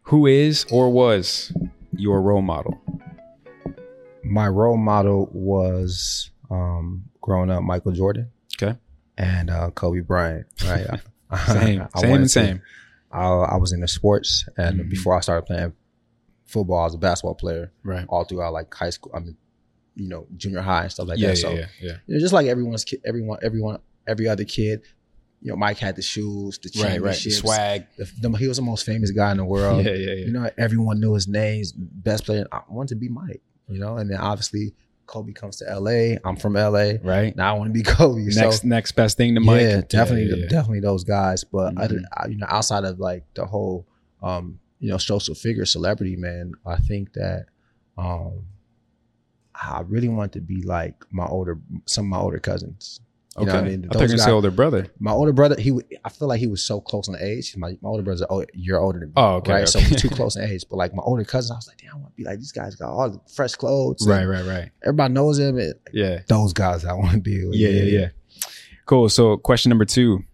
who is or was your role model?
my role model was um, growing up Michael Jordan,
Okay.
and uh, Kobe Bryant, right?
Same,
I
same,
wanted
and
to-
same.
I, I was into sports, and
Mhm.
before I started playing football, I was a basketball player
Right.
all throughout like high school. I mean, you know, junior high and stuff like
yeah,
that.
yeah,
so
yeah, yeah.
You know, just like everyone's kid, everyone, everyone, every other kid. You know, Mike had the shoes, the
Right, right.
championships.
Swag.
The- the- he was the most famous guy in the world.
yeah, yeah, yeah.
You know, everyone knew his names, best player. I wanted to be Mike. You know, and then obviously Kobe comes to L.A. I'm from L.A.
right.
Now I want to be Kobe. so,
next, next best thing to Mike.
yeah, definitely,
yeah, yeah.
definitely those guys. But
Mhm.
other- I, you know, outside of like the whole, um, you know, social figure, celebrity man, I think that, um, I really want to be like my older, some of my older cousins. You
okay.
know what
I,
I mean?
thought you were
Those
gonna say
guys-
older brother.
My older brother, he, would- I feel like he was so close in age. My, my older brother's oh, you're older than me.
Oh, okay.
right, so
okay.
we're too close in age. But like my older cousins, I was like, damn, I want to be like these guys got all the fresh clothes. and
right, right, right.
Everybody knows him. And
Yeah.
those guys I want to be with.
yeah, yeah, yeah, Cool. So, question number two.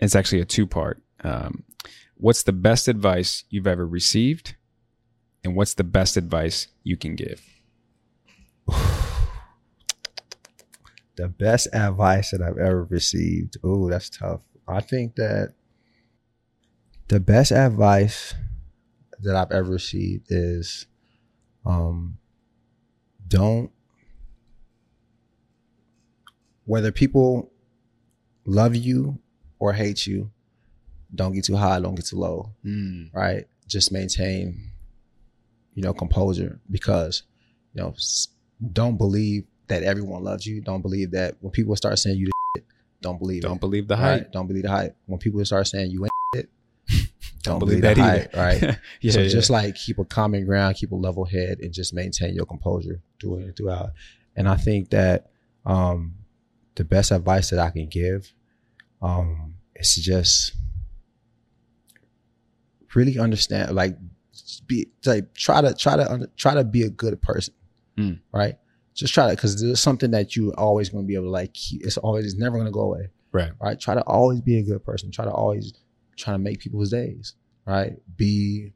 It's actually a two-part. Um, what's the best advice you've ever received, and what's the best advice you can give?
the best advice that I've ever received. Ooh, that's tough. I think that the best advice that I've ever received is um don't whether people love you or hate you, don't get too high, don't get too low right? Just maintain, you know, composure because, you know, s- don't believe that everyone loves you. Don't believe that when people start saying you, the shit, don't believe
Don't
it.
believe the
right?
hype.
Don't believe the hype. When people start saying you ain't shit, don't,
believe
believe, that
that
the
either.
hype, right?
Yeah,
so
yeah.
just like keep a common ground, keep a level head, and just maintain your composure through it and throughout. And I think that um, the best advice that I can give um, is to just really understand, like, be like try to try to under- try to be a good person,
Mm.
right? Just try to because there's something that you always going to be able to like. Keep, it's always it's never going to go away
right.
right? Try to always be a good person. Try to always try to make people's days, right? Be,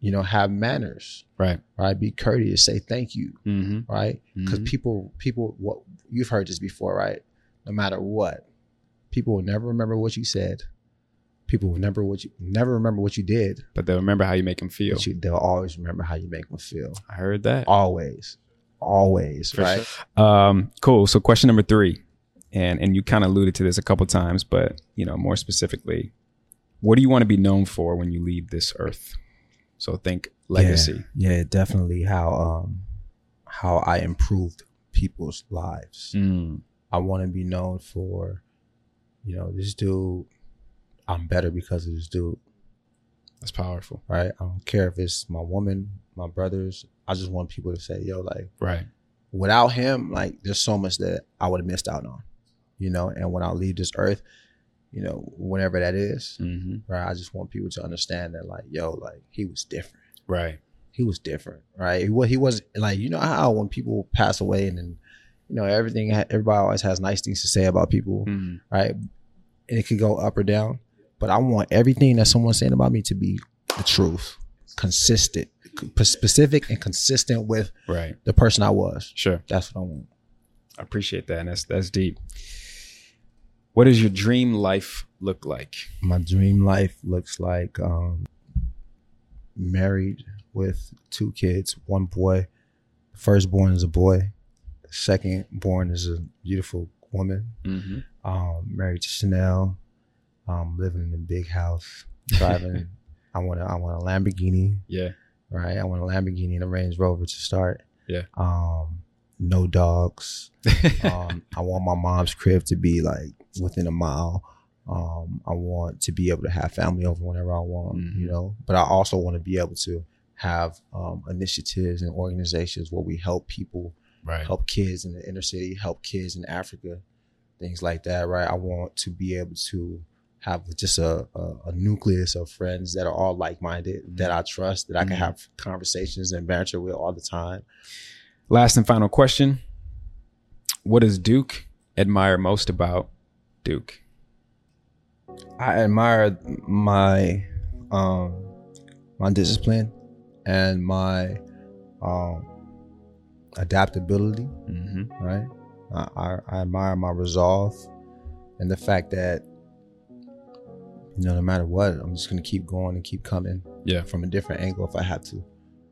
you know, have manners,
Right.
right? Be courteous. Say thank you,
Mm-hmm.
right? Because
Mhm.
people, people, what you've heard this before, right? No matter what, people will never remember what you said. People will never what you never remember what you did,
But they remember how you make them feel.
but you, they'll always remember how you make them feel.
I heard that.
Always, always,
For
right?
Um, cool. So question number three, and and you kind of alluded to this a couple times, but you know more specifically, what do you want to be known for when you leave this earth? So think legacy.
Yeah, yeah, definitely how um how I improved people's lives.
Mm.
I want to be known for, you know, this dude. I'm better because of this dude,
That's powerful.
right? I don't care if it's my woman, my brothers. I just want people to say, yo, like
Right.
without him, like there's so much that I would have missed out on, you know. And when I leave this earth, you know, whatever that is,
Mm-hmm.
right? I just want people to understand that, like, yo, like he was different.
Right.
He was different, right? He was he was like, you know how when people pass away and then, you know, everything everybody always has nice things to say about people,
Mm-hmm.
right? And it could go up or down, but I want everything that someone's saying about me to be the truth, consistent, c- specific, and consistent with
Right.
the person I was.
Sure.
That's what I want.
I appreciate that. And that's that's deep. What does your dream life look like?
my dream life looks like um married with two kids one boy firstborn is a boy second born is a beautiful woman
Mm-hmm.
um married to chanel um living in a big house driving i want to i want a lamborghini
Yeah.
right i want a lamborghini and a range rover to start
Yeah.
um no dogs um, I want my mom's crib to be like within a mile. Um, I want to be able to have family over whenever I want,
Mhm.
you know. But I also want to be able to have um, initiatives and organizations where we help people,
right.
help kids in the inner city, help kids in Africa, things like that, right? I want to be able to have just a, a, a nucleus of friends that are all like minded, that I trust, that I
Mhm.
can have conversations and banter with all the time.
Last and final question. What does Duke admire most about Duke?
I admire my um my discipline and my um adaptability,
Mm-hmm.
right? I, I, I admire my resolve and the fact that you know no matter what, I'm just gonna keep going and keep coming
Yeah.
from a different angle if I have to.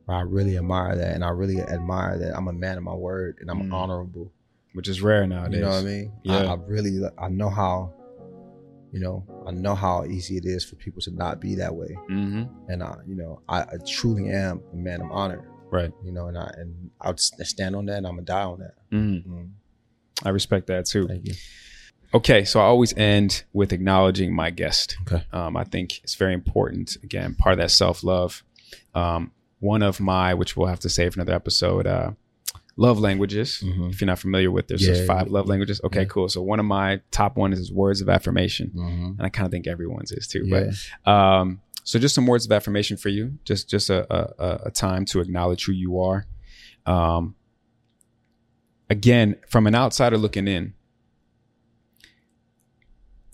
I really admire that and I really admire that I'm a man of my word and I'm
Mm.
honorable
Which is rare nowadays.
you know what I mean?
Yeah.
I, I really, I know how, you know, I know how easy it is for people to not be that way,
Mm-hmm.
and I, you know, I, I truly am a man of honor,
Right.
you know, and I and I'll st- stand on that, and I'm gonna die on that.
Mm.
Mm,
I respect that too.
thank you.
Okay, so I always end with acknowledging my guest.
Okay.
Um, I think it's very important. Again, part of that self love. Um, one of my, which we'll have to save for another episode, uh, love languages.
Mhm.
If you're not familiar with, there's
Yeah.
just five love languages. Okay,
Yeah.
cool. So one of my top one is words of affirmation,
Mm-hmm.
and I kind of think everyone's is too.
Yeah.
But um, so just some words of affirmation for you. Just just a a- a, a time to acknowledge who you are. Um, again, from an outsider looking in,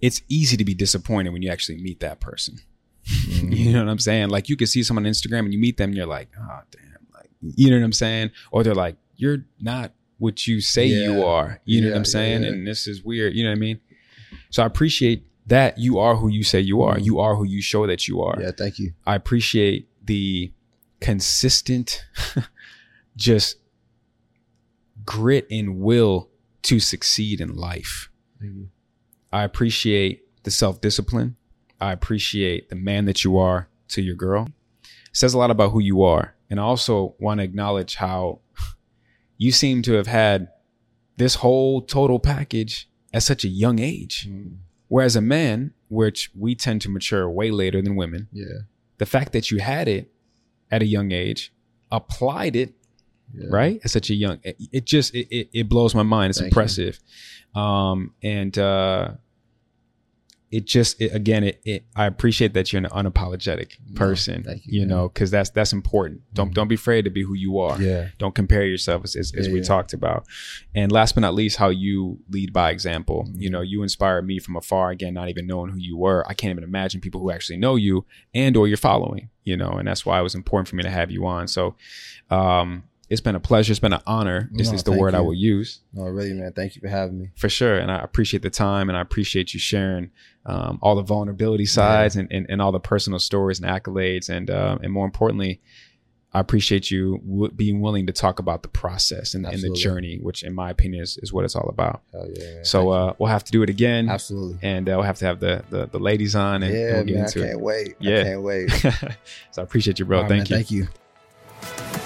it's easy to be disappointed when you actually meet that person. You know what I'm saying? Like you can see someone on Instagram and you meet them and you're like, oh damn, like you know what I'm saying? Or they're like, you're not what you say
Yeah.
you are. You know
Yeah,
what
yeah,
I'm saying?
yeah.
And this is weird. You know what I mean? So I appreciate that you are who you say you
Mm-hmm.
are. You are who you show that you are.
yeah, thank you.
I appreciate the consistent, just grit and will to succeed in life.
Thank you.
I appreciate the self discipline. I appreciate the man that you are to your girl. says a lot about who you are. And I also want to acknowledge how you seem to have had this whole total package at such a young age.
Mm.
Whereas a man, which we tend to mature way later than women,
Yeah,
the fact that you had it at a young age, applied it
yeah.
right at such a young, it, it just it, it, it blows my mind. It's
Thank you.
impressive, um, and uh, it just it, again it, it I appreciate that you're an unapologetic
No,
person.
thank you,
you
man.
know, because that's that's important. Don't
Mhm.
don't be afraid to be who you are.
Yeah,
Don't compare yourself as, as, as
Yeah,
we
yeah.
talked about. And last but not least, how you lead by example.
Mm-hmm.
You know, you inspire me from afar, again, not even knowing who you were. I can't even imagine people who actually know you and or you're following, you know, and that's why it was important for me to have you on. So um it's been a pleasure. It's been an honor. Is
No,
is the
thank
word I
you.
will use
no, really, man. Thank you for having me.
for sure. And I appreciate the time and I appreciate you sharing um, all the vulnerability sides and, and, and all the personal stories and accolades. And, uh, and more importantly, I appreciate you w- being willing to talk about the process and, and the
Absolutely.
journey, which in my opinion is, is what it's all about.
Hell yeah, man.
So uh, we'll have to do it again
absolutely.
and uh, we'll have to have the, the, the ladies on and, and
Yeah,
we'll get
man. I
into
can't
it.
wait.
Yeah.
I can't wait.
so I appreciate you,
All
bro.
right,
thank
man,
you.
Thank you.